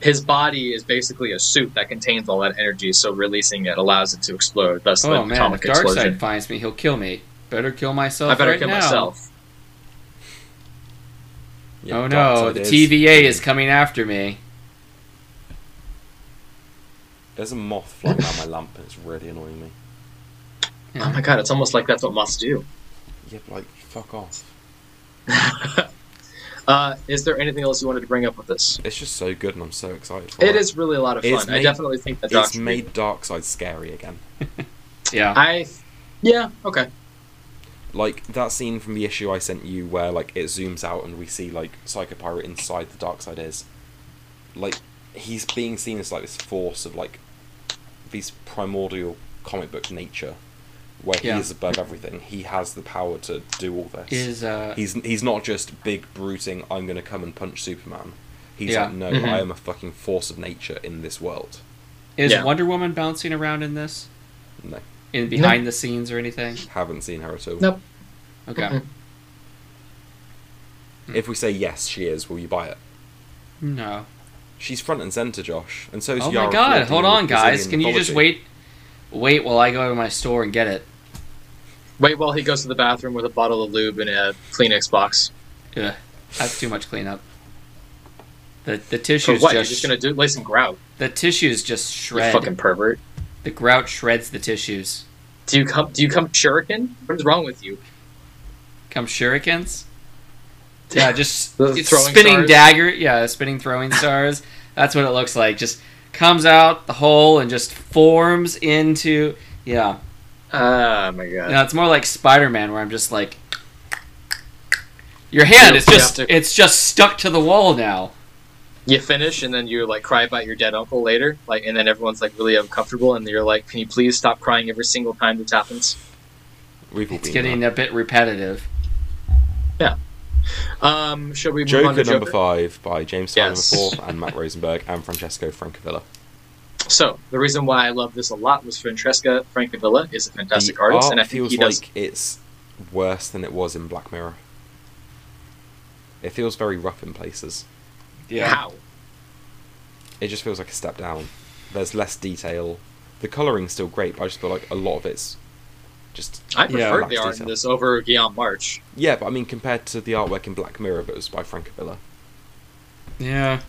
his body is basically a suit that contains all that energy so releasing it allows it to explode thus the
Oh man, if
atomic
Dark Side
explosion
finds me, he'll kill me. Better kill myself.
i better
right
kill
now.
myself
Yeah,
oh no,
Darkseid
the
is-
TVA is coming after me.
there's a moth flying around my lamp and it's really annoying me
oh my god it's almost like that's what moths do
yeah but, like fuck off
uh, is there anything else you wanted to bring up with this
it's just so good and i'm so excited for
it is really a lot of fun
It's
i
made-
definitely think that
it's
Doctor
made dark side scary again
Yeah.
i yeah okay
like that scene from the issue i sent you where like it zooms out and we see like psycho pirate inside the dark side is like he's being seen as like this force of like these primordial comic book nature where
Yeah.
he is above everything he has the power to do all this
Is uh
he's he's not just big brooding i'm going to come and punch superman he's
Yeah. Mm-hmm.
like no
Mhm.
i am a fucking force of nature in this world
is
yeah.
Wonder Woman bouncing around in this?
no
In behind the scenes or anything?
haven't seen her at all
nope
Okay.
Mm-mm.
if we say yes she is will you buy it
No.
She's front and center, Josh, and so is
Oh
Yara
my god,
Floridi
hold
with
on guys.
Brazilian
Can you just
mythology.
wait wait while I go to my store and get it?
wait while he goes to the bathroom with a bottle of lube and a kleenex box
Ugh. That's too much cleanup. The
for
the tissues
what you're
just,
just gonna do lay some grout
the tissues just
you
shred.
fucking pervert
The grout shreds the tissues.
Do you come? Do you come shuriken? What is wrong with you?
Come shurikens? Yeah, just
The
it's
throwing
spinning
stars?
dagger. Yeah, spinning throwing stars. That's what it looks like. Just comes out the hole and just forms into. Yeah.
Oh my god.
Now it's more like Spider-Man, where I'm just like, your hand is
You have
just
to-
it's just stuck to the wall now.
You finish, and then you like cry about your dead uncle later, like, and then everyone's like really uncomfortable, and you're like, "Can you please stop crying every single time this happens?"
We've all
It's
been
getting
there.
a bit repetitive.
Um, should we move on
Joker
to
number
Joker?
five by James Tyler
Yes.
IV and Matt Rosenberg and Francesco Francavilla.
So the reason why I love this a lot was Francesca Francavilla is a fantastic
the
artist,
art
and I think
feels
he
like
does.
it's worse than it was in Black Mirror. It feels very rough in places.
How?
It just feels like a step down. There's less detail. The coloring's still great, but I just feel like a lot of it's just
I
Yeah.
prefer
Lacks
the art
detail.
in this over Guillaume March.
yeah. But I mean, compared to the artwork in Black Mirror, but it was by Francavilla.
Yeah.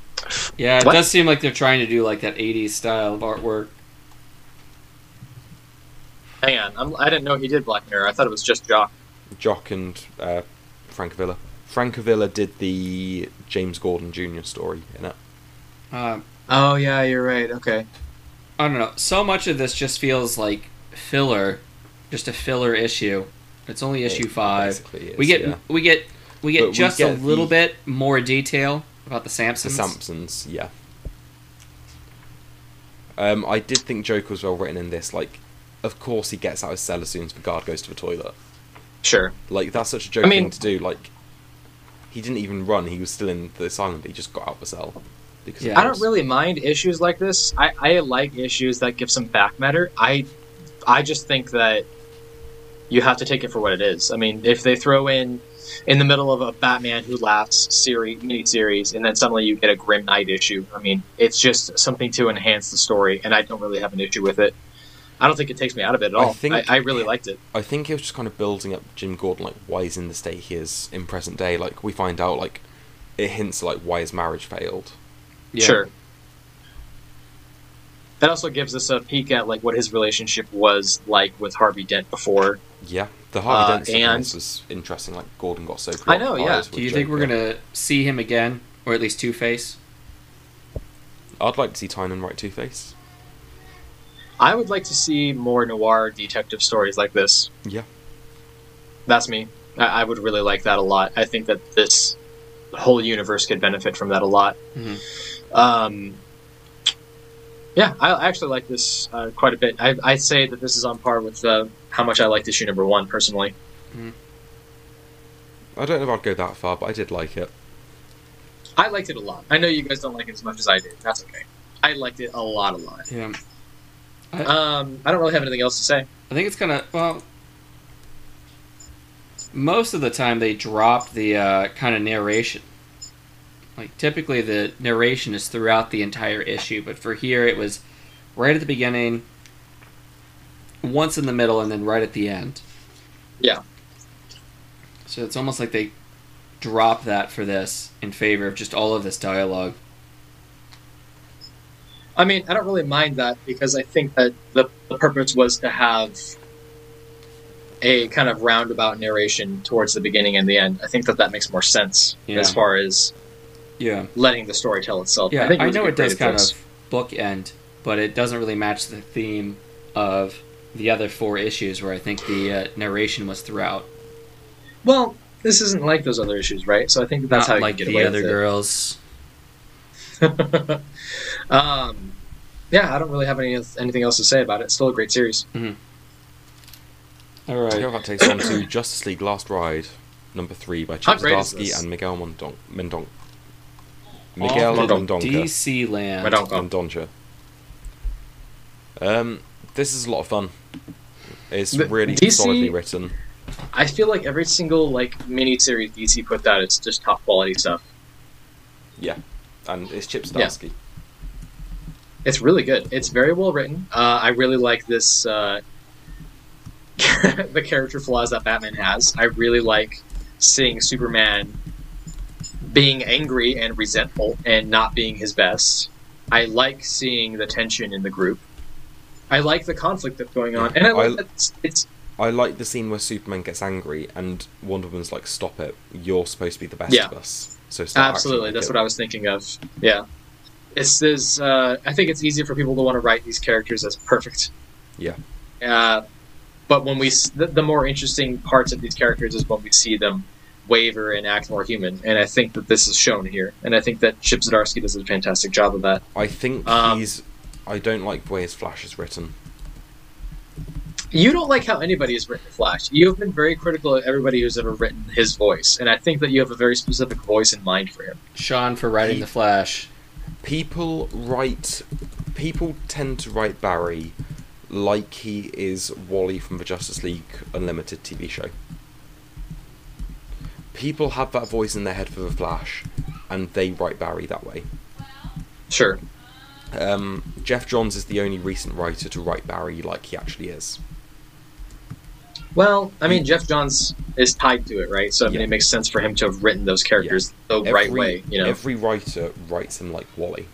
Yeah, it
What?
does seem like they're trying to do like that '80s style of artwork.
Hang on, I'm, I didn't know he did Black Mirror. I thought it was just Jock.
Jock and uh, Francavilla. Francavilla did the James Gordon Jr. story in it.
Uh,
Oh yeah, you're right. Okay.
I don't know. So much of this just feels like filler, just a filler issue. It's only issue five.
basically
we
is,
get
yeah.
we get we get
But we
just a
get
little
the-
bit more detail about the
The
Samsons.
Sampsons, yeah. Um, I did think Joker was well written in this. Like, of course he gets out of his cell as soon as the guard goes to the toilet.
Sure.
Like that's such a joke
I mean-
thing to do. Like, he didn't even run. He was still in the asylum. But he just got out of the cell. Because
Yeah.
I don't really mind issues like this. I, I like issues that give some back matter. I I just think that you have to take it for what it is. I mean, if they throw in in the middle of a Batman who laughs series miniseries, and then suddenly you get a Grim Knight issue. I mean, it's just something to enhance the story, and I don't really have an issue with it. I don't think it takes me out of it at
I
all. I,
think-
I, really liked it.
I think he was just kind of building up Jim Gordon, like why he's in the state he is in present day. Like we find out, like it hints like why his marriage failed.
Yeah.
Sure. That also gives us a peek at like what his relationship was like with Harvey Dent before
Yeah, the Harvey
Uh,
Dent stuff in
and-
this was interesting. Like Gordon got so.
I know, yeah.
preoccupied with
Do you think we're
Joker.
gonna see him again, or at least Two Face?
I'd like to see Tynan write Two Face.
I would like to see more noir detective stories like this.
Yeah.
That's me. I, I would really like that a lot. I think that this whole universe could benefit from that a lot.
Mm-hmm.
Mhm.
Um, yeah, I I actually like this uh, quite a bit. I, I'd say that this is on par with uh, how much I like issue number one personally.
I don't know if I'd go that far, but I did like it.
I liked it a lot. I know you guys don't like it as much as I did. That's okay. I liked it a lot, a lot.
Yeah.
Um, I don't really have anything else to say.
I think it's gonna. Well, most of the time they drop the uh, kind of narration. Like typically the narration is throughout the entire issue, but for here it was right at the beginning, once in the middle, and then right at the end.
Yeah.
So it's almost like they drop that for this in favor of just all of this dialogue.
I mean, I don't really mind that because I think that the, the purpose was to have a kind of roundabout narration towards the beginning and the end. I think that that makes more sense
Yeah.
as far as
Yeah.
letting the story tell itself.
Yeah,
think
I
was a
know
good
it does
creative
kind
choice.
of bookend, but it doesn't really match the theme of the other four issues where I think the uh, narration was throughout.
Well, this isn't like those other issues, right? So I think that that's
Not
how you
like
get
the
away
other
with it.
girls.
um, yeah, I don't really have any anything else to say about it. It's still a great series.
All
I think that takes on to Justice League Last Ride, number three by
How
Chip
great is this? Oh,
Zdarsky and Miguel Mondon- Mendon- Miguel
from
Mendonca.
DC land.
Madonka.
Mendonca. Um, this is a lot of fun. It's
The-
really
DC
solidly written.
I feel like every single like mini series DC put out, it's just top quality stuff.
Yeah, and it's Chip
Yeah.
Zdarsky.
It's really good. It's very well written. Uh, I really like this uh, the character flaws that Batman has. I really like seeing Superman being angry and resentful and not being his best. I like seeing the tension in the group. I like the conflict that's going on, and I like
I-
that it's, it's
I like the scene where Superman gets angry and Wonder Woman's like, "Stop it! You're supposed to be the best
Yeah.
of us." So stop
absolutely that's what I was thinking of. Yeah, this is. Uh, I think it's easier for people to want to write these characters as perfect
Yeah,
Uh, but when we s- the, the more interesting parts of these characters is when we see them waver and act more human and i think that this is shown here and i think that chip zdarsky does a fantastic job of that
I think
Um,
he's. I don't like the way his Flash is written.
you don't like how anybody has written flash you have been very critical of everybody who's ever written his voice and i think that you have a very specific voice in mind for him
Sean for writing the Flash.
people write people tend to write Barry like he is Wally from the Justice League Unlimited TV show. People have that voice in their head for the Flash, and they write Barry that way.
sure
Um, Jeff Johns is the only recent writer to write Barry like he actually is.
well i mean jeff johns is tied to it right so i mean
Yeah.
it makes sense for him to have written those characters the right way you know
Every writer writes him like Wally,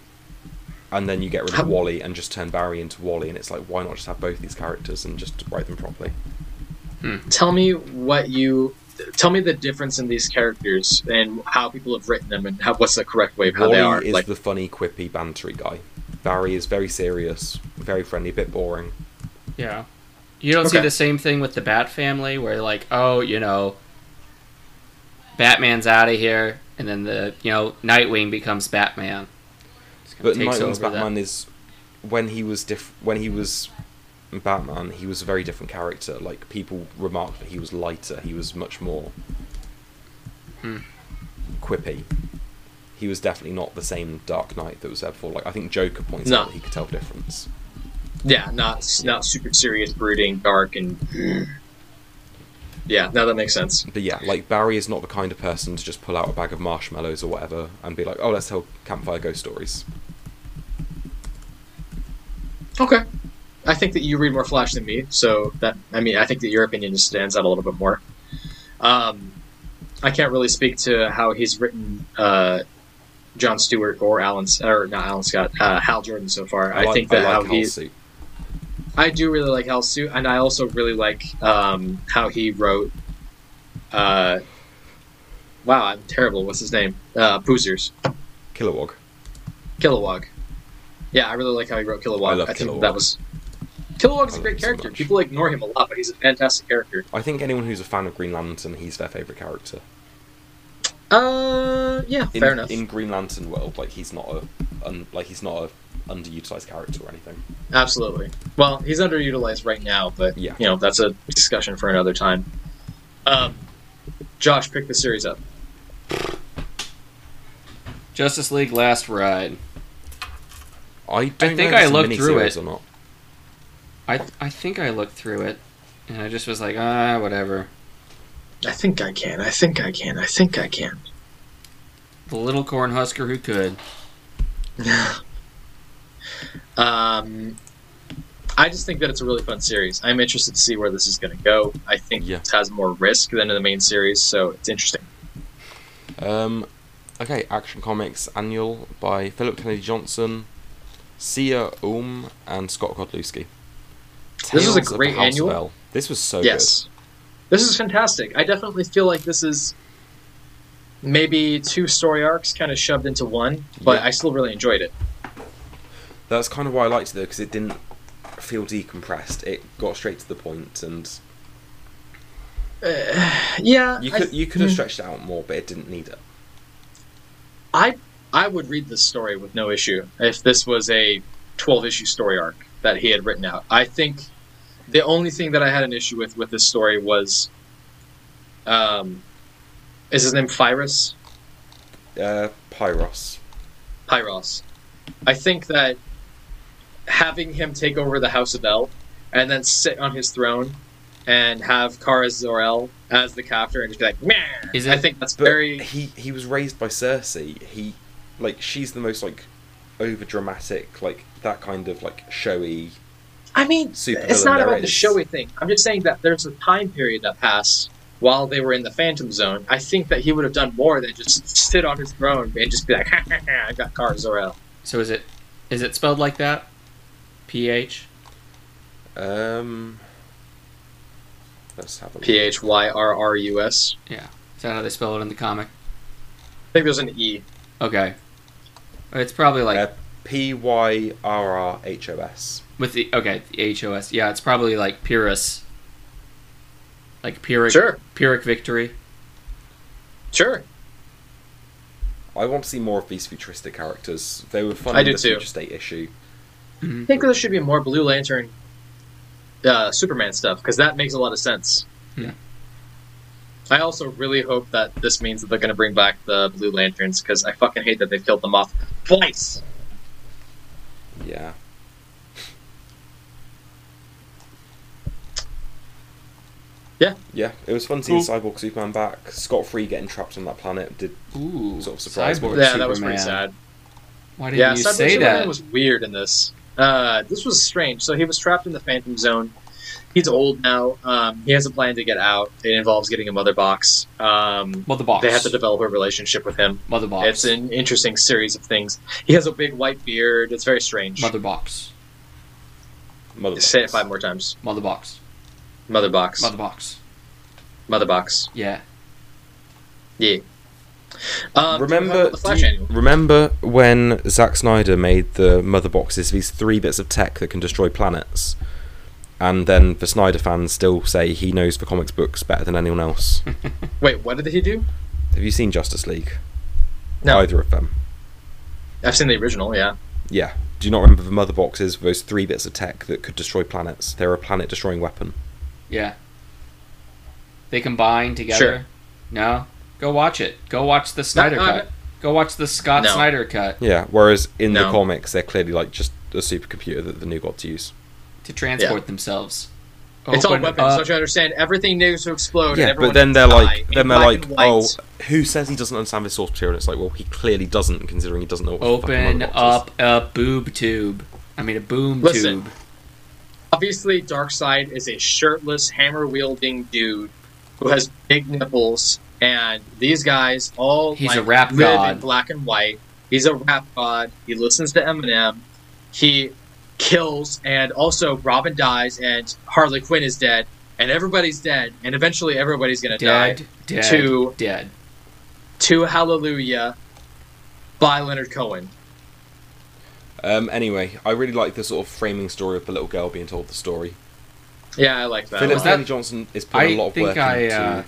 and then you get rid of
How-
Wally and just turn Barry into Wally, and it's like why not just have both these characters and just write them properly?
tell me what you tell me the difference in these characters and how people have written them and how, what's the correct way of how
Wally
they are
is
like
the funny, quippy, bantery guy. Barry is very serious, very friendly, a bit boring.
Yeah. You don't see
Okay.
the same thing with the Bat Family, where like, oh, you know, Batman's out of here, and then the you know Nightwing becomes Batman. Just kinda
But
takes
Nightwing's
over that.
Batman is when he was diff- when he was Batman, he was a very different character. Like people remarked that he was lighter. He was much more
Hmm.
quippy. He was definitely not the same Dark Knight that was there before. Like I think Joker points
No.
out that he could tell the difference.
Yeah, not not super serious, brooding, dark, and yeah. Now that makes sense.
But yeah, like Barry is not the kind of person to just pull out a bag of marshmallows or whatever and be like, "Oh, let's tell campfire ghost stories."
Okay, I think that you read more Flash than me, so that I mean, I think that your opinion just stands out a little bit more. Um, I can't really speak to how he's written uh, John Stewart or Alan or not Alan Scott, uh, Hal Jordan so far. I,
like,
think that
I
how
like
he.
Hal's suit.
I do really like Hell's Suit, and I also really like um, how he wrote. Uh, wow, I'm terrible. What's his name? Uh, Boozers.
Kilowog.
Kilowog. Yeah, I really like how he wrote Kilowog.
I love
think
Kilowog.
that was. Kilowog's a
I love him
great
so
character.
much.
People ignore him a lot, but he's a fantastic character.
I think anyone who's a fan of Green Lantern, he's their favorite character.
Uh, yeah,
in,
fair enough.
in Green Lantern world, like he's not a un, like he's not a underutilized character or anything.
Absolutely. Well, he's underutilized right now, but
Yeah.
you know that's a discussion for another time. Um, Josh, pick the series up.
Justice League Last Ride.
I don't
think
know if
I
it's a
looked through
miniseries
it.
or not.
I I think I looked through it, and I just was like, ah, whatever.
I think I can. I think I can. I think I can.
The little cornhusker who could.
um, I just think that it's a really fun series. I'm interested to see where this is going to go. I think
Yeah.
it has more risk than in the main series, so it's interesting.
Um, okay, Action Comics Annual by Philip Kennedy Johnson, Sia Ulm, and Scott Godlewski.
This was a
Tales of
great
the House
annual.
of El. This was so
yes, this is fantastic. I definitely feel like this is maybe two story arcs kind of shoved into one, but
Yeah.
I still really enjoyed it.
good. That's kind of why I liked it though, because it didn't feel decompressed. It got straight to the point, and
Yeah,
you
I-
could you could have
mm.
stretched it out more, but it didn't need it.
I I would read this story with no issue if this was a 12 issue story arc that he had written out. I think the only thing that I had an issue with with this story was um is his name Pyrus?
Uh, Pyros.
Pyros. I think that having him take over the House of El and then sit on his throne and have Kara Zor-El as the captor and just be like, "Meh."
Is
I
it-
think that's
But
very
he he was raised by Cersei. He like she's the most like over dramatic, like that kind of like showy.
I mean,
Super
it's
villain
not
there
about the
is.
showy thing. I'm just saying that there's a time period that passed while they were in the Phantom Zone. I think that he would have done more than just sit on his throne and just be like, ha, ha, ha, I got Kara Zor-El.
So is it is it spelled like that? P H.
Um, let's have a look.
P H Y R R U S.
Is that how they spell it in the comic?
I think there's an E.
Okay. It's probably like
Uh, P Y R R H O S.
With the okay, the H O S. Yeah, it's probably like Pyrrhus. Like Pyrrhic
Sure,
Pyrrhic victory.
sure.
I want to see more of these futuristic characters. They were fun
I
in
do
the
too.
Future State issue.
I think there should be more Blue Lantern, uh, Superman stuff because that makes a lot of sense.
Yeah.
I also really hope that this means that they're going to bring back the Blue Lanterns because I fucking hate that they've killed them off twice.
Yeah.
Yeah.
Yeah, it was fun seeing Cyborg Superman back. Scott Free getting trapped on that planet did
Ooh.
Sort of surprised me.
Cyborg
Or
yeah, that was pretty
Superman.
sad.
Why didn't
Yeah,
you
Cyborg
say
Superman
that?
was weird in this. Uh, this was strange. So he was trapped in the Phantom Zone. He's old now. Um, he has a plan to get out. It involves getting a mother box. Um,
Mother box.
they have to develop a relationship with him.
Mother box.
It's an interesting series of things. He has a big white beard. It's very strange.
Mother box.
mother.
Say it five more times.
Mother box.
Mother box.
Mother box.
Mother box.
Yeah.
Yeah. Um, do you
remember,
the
do
Flash
you-
annual?
remember when Zack Snyder made the mother boxes, these three bits of tech that can destroy planets? And then the Snyder fans still say he knows the comics books better than anyone else.
Wait, what did he do?
Have you seen Justice League?
No.
Either of them.
I've seen the original, yeah.
Yeah. Do you not remember the mother boxes? Those three bits of tech that could destroy planets. They're a planet-destroying weapon.
Yeah. They combine together.
Sure.
No. Go watch it. Go watch the Snyder
no, I
cut. Go watch the Scott
No.
Snyder cut
Yeah. Whereas in the
No.
comics, they're clearly like just a supercomputer that the new gods use.
to transport themselves.
it's all
Open
weapons,
up-
don't you understand? Everything needs to explode.
yeah,
and
but
Oh, everyone
then
needs
they're
to die
like,
in
then they're
black
like,
and
oh,
white.
who says he doesn't understand the source material? And it's like, well, he clearly doesn't, considering he doesn't know. What the fucking
open
mother box is.
up a boob tube. I mean, a boom
Listen.
tube.
obviously Darkseid is a shirtless, hammer wielding dude who has big nipples, and these guys all
He's
like,
a rap
live in
god.
black and white. He's a rap god. He listens to Eminem. He kills, and also Robin dies, and Harley Quinn is dead, and everybody's dead, and eventually everybody's gonna die.
Dead, dead,
to-
dead.
To Hallelujah by Leonard Cohen.
Um, anyway, I really like the sort of framing story of the little girl being told the story.
Yeah, I like that. a
Philip
was
lot.
Stanley Johnson is
I
putting a lot of
think
work
I,
into.
uh,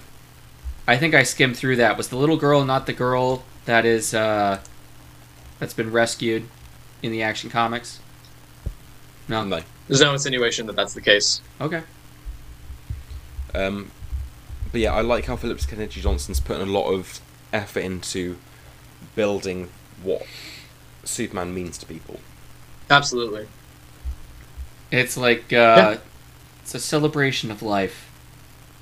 I think I skimmed through that. Was the little girl not the girl that is uh, that's been rescued in the action comics?
uh,
No.
no.
There's no insinuation that that's the case.
Okay.
Um, but yeah, I like how Phillips Kennedy Johnson's putting a lot of effort into building what Superman means to people.
Absolutely.
It's like uh,
Yeah.
it's a celebration of life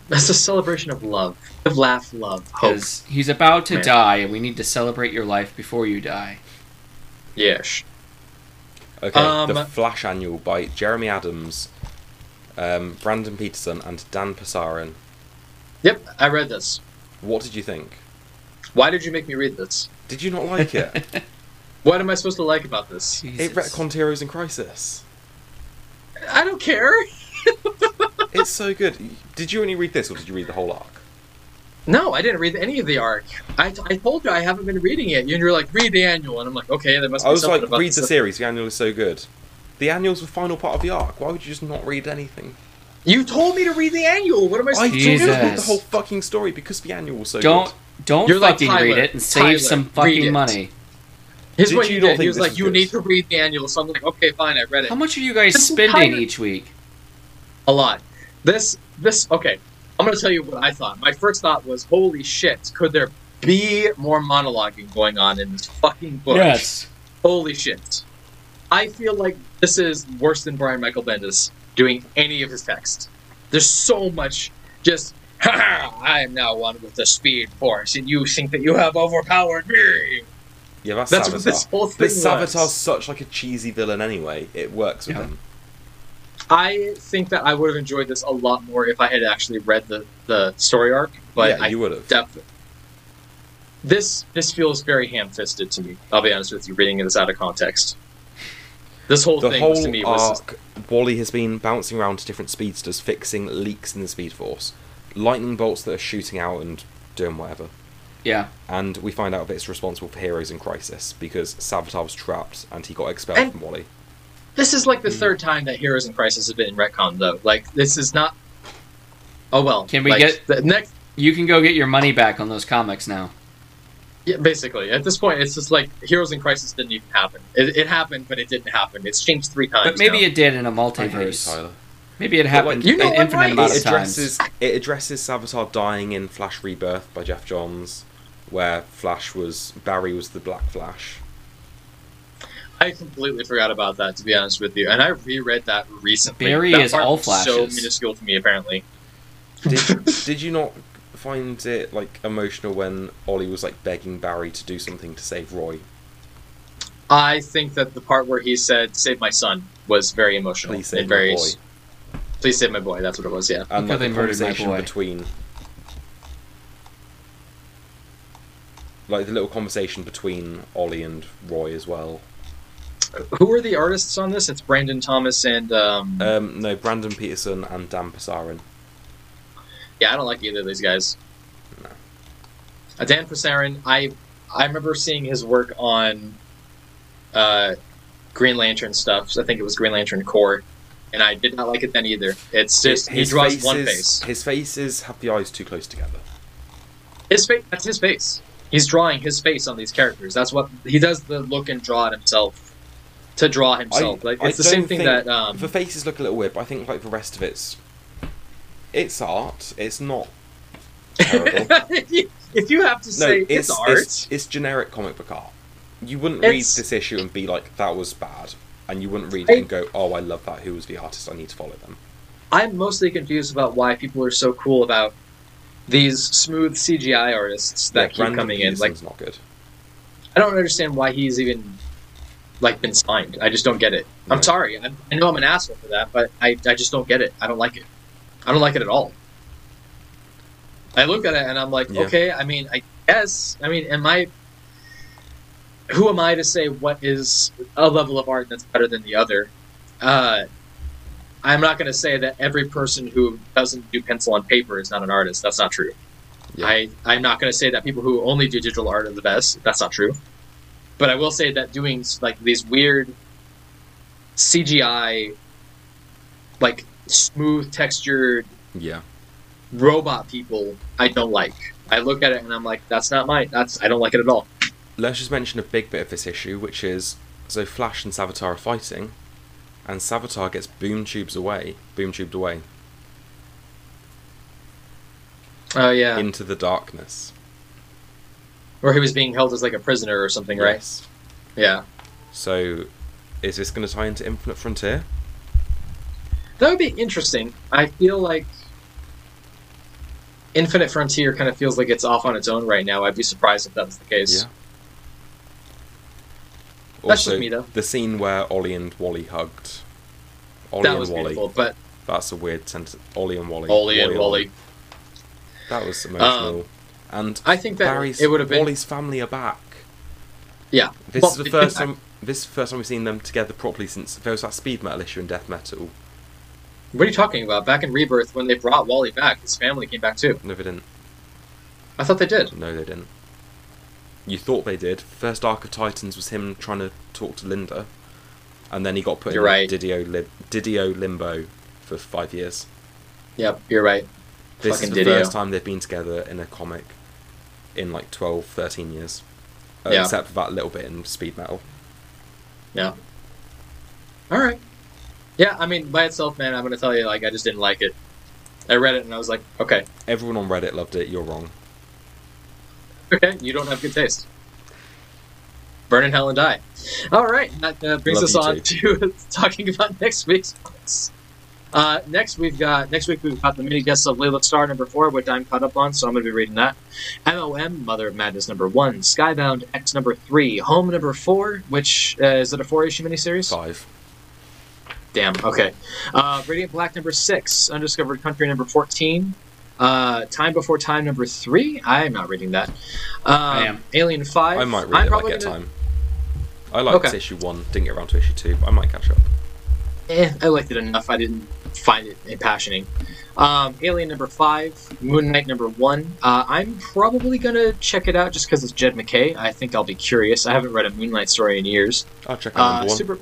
That's a celebration of love. Of laugh, love, hope.
because he's about to
Man.
die, and we need to celebrate your life before you die.
Yes.
Okay, the
Um,
Flash Annual by Jeremy Adams, um, Brandon Peterson, and Dan Passarin.
Yep, I read this.
What did you think?
Why did you make me read this?
Did you not like it?
What am I supposed to like about this?
it
Jesus.
retconned Heroes in Crisis.
I don't care.
It's so good. Did you only read this, or did you read the whole arc?
No, I didn't read any of the arc. I, I told you I haven't been reading it. And you're like, read the annual. And I'm like, okay, there must be
I was
something
like,
about
read the
this.
series. The annual is so good. The annual's the final part of the arc. Why would you just not read anything?
You told me to read the annual. What am I
I
supposed to
just
Jesus.
do?
read the whole fucking story because the annual was so
Don't
good.
don't
You're like
fucking
Tyler.
read it and save
Tyler,
some
read
fucking
it.
money.
Here's
Did
what
you
you
not
did.
think
He was
this
like,
was
you
good?
need to read the annual. So I'm like, okay, fine, I read it.
How much are you guys
This is
spending
Tyler.
each week?
a lot. This, this, okay. I'm gonna tell you what I thought. My first thought was, holy shit, could there be more monologuing going on in this fucking book? Holy shit. I feel like this is worse than Brian Michael Bendis doing any of his text. There's so much just, "Ha ha, I am now one with the speed force, and you think that you have overpowered me.
Yeah, that's,
That's what
Savitar.
this whole thing
But
was.
Savitar's such like a cheesy villain anyway. It works with
Yeah.
him.
I think that I would have enjoyed this a lot more if I had actually read the, the story arc, but
yeah,
I
you would have.
depth. This this feels very ham-fisted to me. I'll be honest with you, reading this out of context. This whole
The
thing
whole uh,
was, to me was
arc, Wally has been bouncing around to different speedsters, fixing leaks in the Speed Force, lightning bolts that are shooting out and doing whatever.
Yeah.
And we find out that it's responsible for Heroes in Crisis because Savitar was trapped and he got expelled
And-
from Wally.
this is like the
Mm.
third time that Heroes in Crisis have been in retcon, though. Like this is not. Oh well.
Can we
like,
get-
the next?
You can go get your money back on those comics now.
Yeah, basically, at this point, it's just like Heroes in Crisis didn't even happen. It, it happened, but it didn't happen. It's changed three times.
But maybe
now.
it did in a
I hate you,
multiverse.
Tyler.
Maybe it happened
you know
an
what,
infinite
right?
amount
it
of
addresses
times.
it addresses Savitar dying in Flash Rebirth by Jeff Johns, where Flash was Barry was the Black Flash.
I completely forgot about that. To be honest with you, and I reread that recently.
Barry
that
is
part
all
was So
flashes.
minuscule to me, apparently.
Did, did you not find it like emotional when Ollie was like begging Barry to do something to save Roy?
I think that the part where he said "Save my son" was very emotional.
Please
It
save my
very,
boy.
Please save my boy. That's what it was. Yeah.
And like,
Because
the
they murdered my
conversation
boy.
between like the little conversation between Ollie and Roy as well.
Who are the artists on this? It's Brandon Thomas and um,
Um, no, Brandon Peterson and Dan Passarin.
yeah, I don't like either of these guys. Uh, Dan Passarin, I I remember seeing his work on uh, Green Lantern stuff. So I think it was Green Lantern Corps, and I did not like it then either. It's just he draws one face.
His faces have the eyes too close together.
His face. That's his face. He's drawing his face on these characters. That's what he does. The look and draw it himself to draw himself. like it's the
don't
same thing
think-
that um,
the faces look a little weird, but I think like the rest of it's it's art. It's not terrible.
if you have to
no,
say it's,
it's
art,
It's, it's generic comic book art. You wouldn't
It's-
read this issue and be like, "That was bad," and you wouldn't read
I-
it and go, "Oh, I love that. Who was the artist? I need to follow them."
I'm mostly confused about why people are so cool about these smooth CGI artists that
Yeah,
keep
Brandon
coming in. Like
Peterson's not good.
I don't understand why he's even like been signed. I just don't get it. I'm
No.
sorry. I, I know I'm an asshole for that, but I, I just don't get it. I don't like it. I don't like it at all. I look at it and I'm like,
Yeah.
okay. I mean, I guess. I mean, am I? Who am I to say what is a level of art that's better than the other? Uh, I'm not going to say that every person who doesn't do pencil on paper is not an artist. That's not true.
Yeah.
I, I'm not going to say that people who only do digital art are the best. That's not true. But I will say that doing like these weird CGI, like smooth textured
Yeah,
robot people, I don't like. I look at it and I'm like, that's not mine. That's I don't like it at all.
let's just mention a big bit of this issue, which is so Flash and Savitar are fighting, and Savitar gets boom tubes away, boom tubed away
Oh yeah,
into the darkness.
or he was being held as like a prisoner or something, right?
Yes.
Yeah,
So, is this going to tie into Infinite Frontier?
that would be interesting. I feel like Infinite Frontier kind of feels like it's off on its own right now. I'd be surprised if that was the case.
Yeah.
That's
Also,
just me, though.
The scene where Ollie and Wally hugged. Ollie
that
and
was
Wally.
beautiful, but
That's a weird sentence. Ollie and Wally.
Ollie and Wally. Um,
That was emotional. and
I think that
Barry's
it would have been.
Wally's family are back.
Yeah.
This
Well,
is the
it's
first
been
time. This is the first time we've seen them together properly since there was that speed metal issue in Death Metal.
What are you talking about? Back in Rebirth, when they brought Wally back, his family came back too.
No, they didn't.
I thought they did.
No, they didn't. You thought they did. First arc of Titans was him trying to talk to Linda, and then he got put
You're
in
right.
Didio, Lib- Didio limbo for five years.
Yep, you're right.
This
Fucking
is the
Didio.
first time they've been together in a comic in like 12, 13 years. Uh,
Yeah.
Except for that little bit in Speed Metal.
Yeah. All right. Yeah, I mean, by itself, man, I'm gonna tell you, like, I just didn't like it. I read it and I was like, okay,
Everyone on Reddit loved it. You're wrong.
okay, you don't have good taste. Burn in hell and die. All right, that uh, brings
Love
us
you
on to talking about next week's books. Uh, next we've got next week we've got the mini guests of Layla Star number four, which I'm caught up on, so I'm gonna be reading that. MOM, Mother of Madness number one, Skybound X number three, Home number four, which uh, is it a four issue miniseries?
Five.
Damn. Okay. Uh, Radiant Black number six, Undiscovered Country number fourteen, uh, Time Before Time number three. I'm not reading that. Um, I
am.
Alien five.
I might read
I'm
it if I
probably
get
gonna-
time. I liked
Okay.
issue one. Didn't get around to issue two. But I might catch up.
Eh, I liked it enough. I didn't find it impassioning. Um, Alien number five, Moon Knight number one. Uh, I'm probably gonna check it out just because it's Jed McKay. I think I'll be curious. I haven't read a Moon Knight story in years.
I'll check out
Uh,
number one.
Super,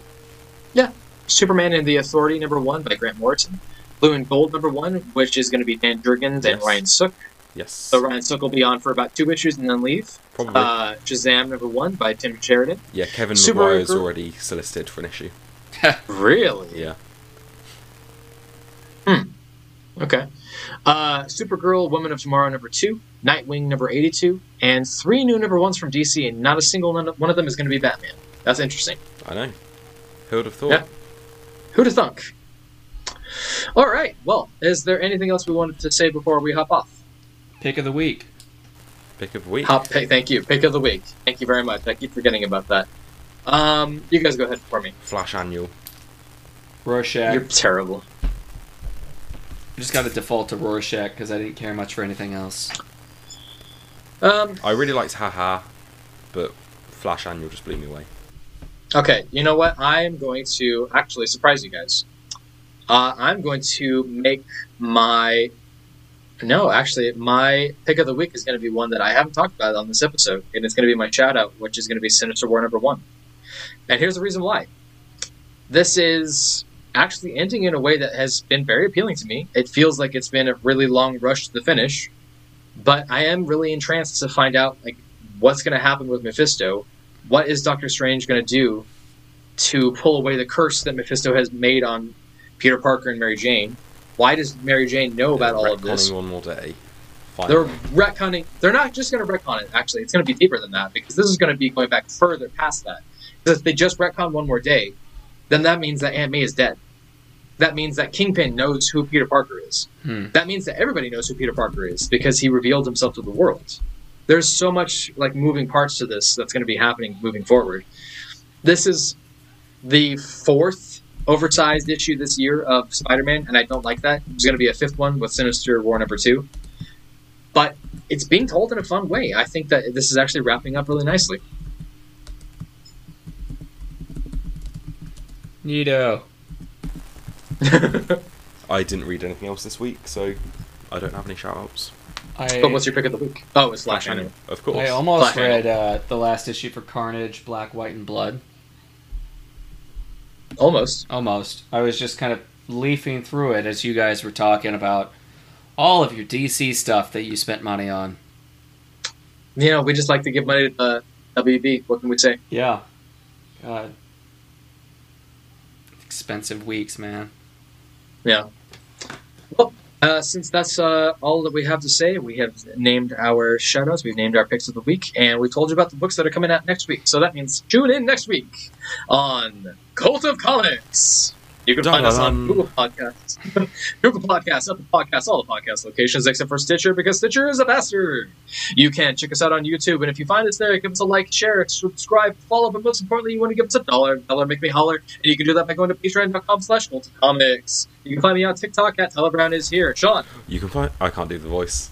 yeah, Superman and the Authority number one by Grant Morrison. Blue and Gold number one, which is going to be Dan Jurgens and
Yes.
Ryan Sook.
yes.
So Ryan Sook will be on for about two issues and then leave.
Probably.
Uh, Shazam number one by Tim Sheridan.
yeah, Kevin
Super
McGuire's
Group-
already solicited for an issue.
Really?
Yeah.
Okay. Uh, Supergirl, Woman of Tomorrow number two, Nightwing number eighty-two, and three new number ones from DC, and not a single none- one of them is going to be Batman. That's interesting.
I know. Who would have thought?
Yeah. Who'd have thunk? All right. Well, is there anything else we wanted to say before we hop off?
Pick of the week.
Pick of the week.
Hot pick. Thank you. Pick of the week. Thank you very much. I keep forgetting about that. Um, you guys go ahead for me.
Flash annual.
Rorschach.
You're terrible.
I just got to default to Rorschach because I didn't care much for anything else.
Um,
I really liked Haha, but Flash annual just blew me away.
okay. You know what? I am going to actually surprise you guys. Uh, I'm going to make my. No, actually, my pick of the week is going to be one that I haven't talked about on this episode, and it's going to be my shout out, which is going to be Sinister War number one. And here's the reason why. This is actually ending in a way that has been very appealing to me. It feels like it's been a really long rush to the finish, but I am really entranced to find out like what's going to happen with Mephisto. What is Doctor Strange going to do to pull away the curse that Mephisto has made on Peter Parker and Mary Jane? Why does Mary Jane know about all of this?
Retconning one more day.
They're
Finally.
retconning. They're not just going to retcon it. Actually, it's going to be deeper than that because this is going to be going back further past that. 'Cause if they just retcon one more day, then that means that Aunt May is dead. That means that Kingpin knows who Peter Parker is.
Hmm.
That means that everybody knows who Peter Parker is because he revealed himself to the world. There's so much like moving parts to this that's going to be happening moving forward. This is the fourth oversized issue this year of Spider-Man, and I don't like that. There's going to be a fifth one with Sinister War number two but it's being told in a fun way. I think that this is actually wrapping up really nicely.
Neato.
but
I didn't read anything else this week, so I don't have any shout outs.
I,
what's your pick of the week? Oh, it's Flash Animal.
Of course.
I almost
Flash
read uh, the last issue for Carnage, Black, White, and Blood.
Almost.
Almost. I was just kind of leafing through it as you guys were talking about all of your DC stuff that you spent money on.
You know, we just like to give money to uh, the WB. What can we say?
Yeah. God. Uh, Expensive weeks, man.
Yeah. Well, uh, since that's uh, all that we have to say, we have named our shoutouts, we've named our picks of the week, and we told you about the books that are coming out next week. So that means tune in next week on Cult of Comics. You can find us on
Dun-dun-dun.
Google Podcasts, Google Podcasts, Apple Podcasts, all the podcast locations except for Stitcher because Stitcher is a bastard. You can check us out on YouTube, and if you find us there, give us a like, share, subscribe, follow, but most importantly, you want to give us a dollar. Dollar make me holler, and you can do that by going to patreon.com slash comics. You can find me on TikTok at Telebrown is here. Sean,
You can find. I can't do the voice.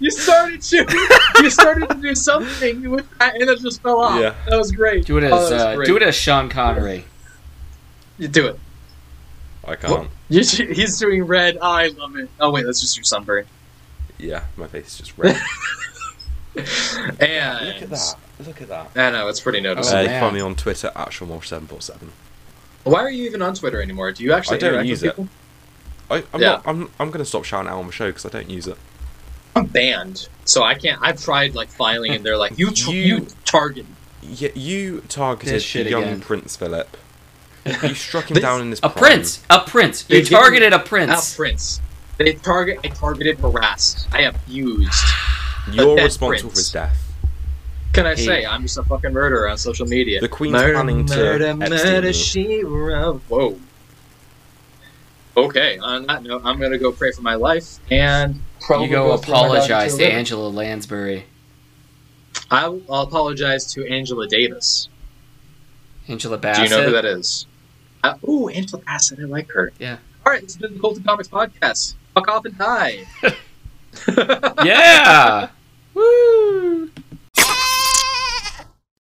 you started to you started to do something with that, and it just fell off.
Yeah.
That was great.
Do it as
Oh, that was
uh,
great.
do it as Sean Connery.
You do it.
I can't.
You sh- he's doing red. Oh, I love it. Oh wait, that's just your sunburn.
Yeah, my face is just red.
And
Look at that. Look at that.
I know it's pretty noticeable.
uh, you
man.
can find me on Twitter at Shamor747.
Why are you even on Twitter anymore? Do you actually
I don't
interact
use
with
it.
people?
I, I'm,
Yeah.
not, I'm, I'm going to stop shouting out on the show because I don't use it.
I'm banned, so I can't. I've tried like filing, and they're like, "You, tr- you,
You-
target."
Yeah, you targeted
This shit
young
again.
Prince Philip. You struck him
This-
down in his
A
prime.
prince, a prince.
They
You
give me-
targeted a
Al
prince.
Prince. They target. I targeted, harassed. I abused.
You're
dead
responsible
prince.
for his death.
Can I
Hey.
say I'm just a fucking murderer on social media?
The Queen's planning to
murder,
Epstein
murder,
you.
she wrote. Whoa. Okay. On that note, I'm gonna go pray for my life and probably
You go
throw my dog
apologize
into
to
a river.
Angela Lansbury.
I'll, I'll apologize to Angela Davis.
Angela Bassett.
Do you know who that is? Uh, ooh, Angela Bassett. I like her.
Yeah.
All right. This has been the Colton Comics podcast. Fuck off and die.
yeah. Woo.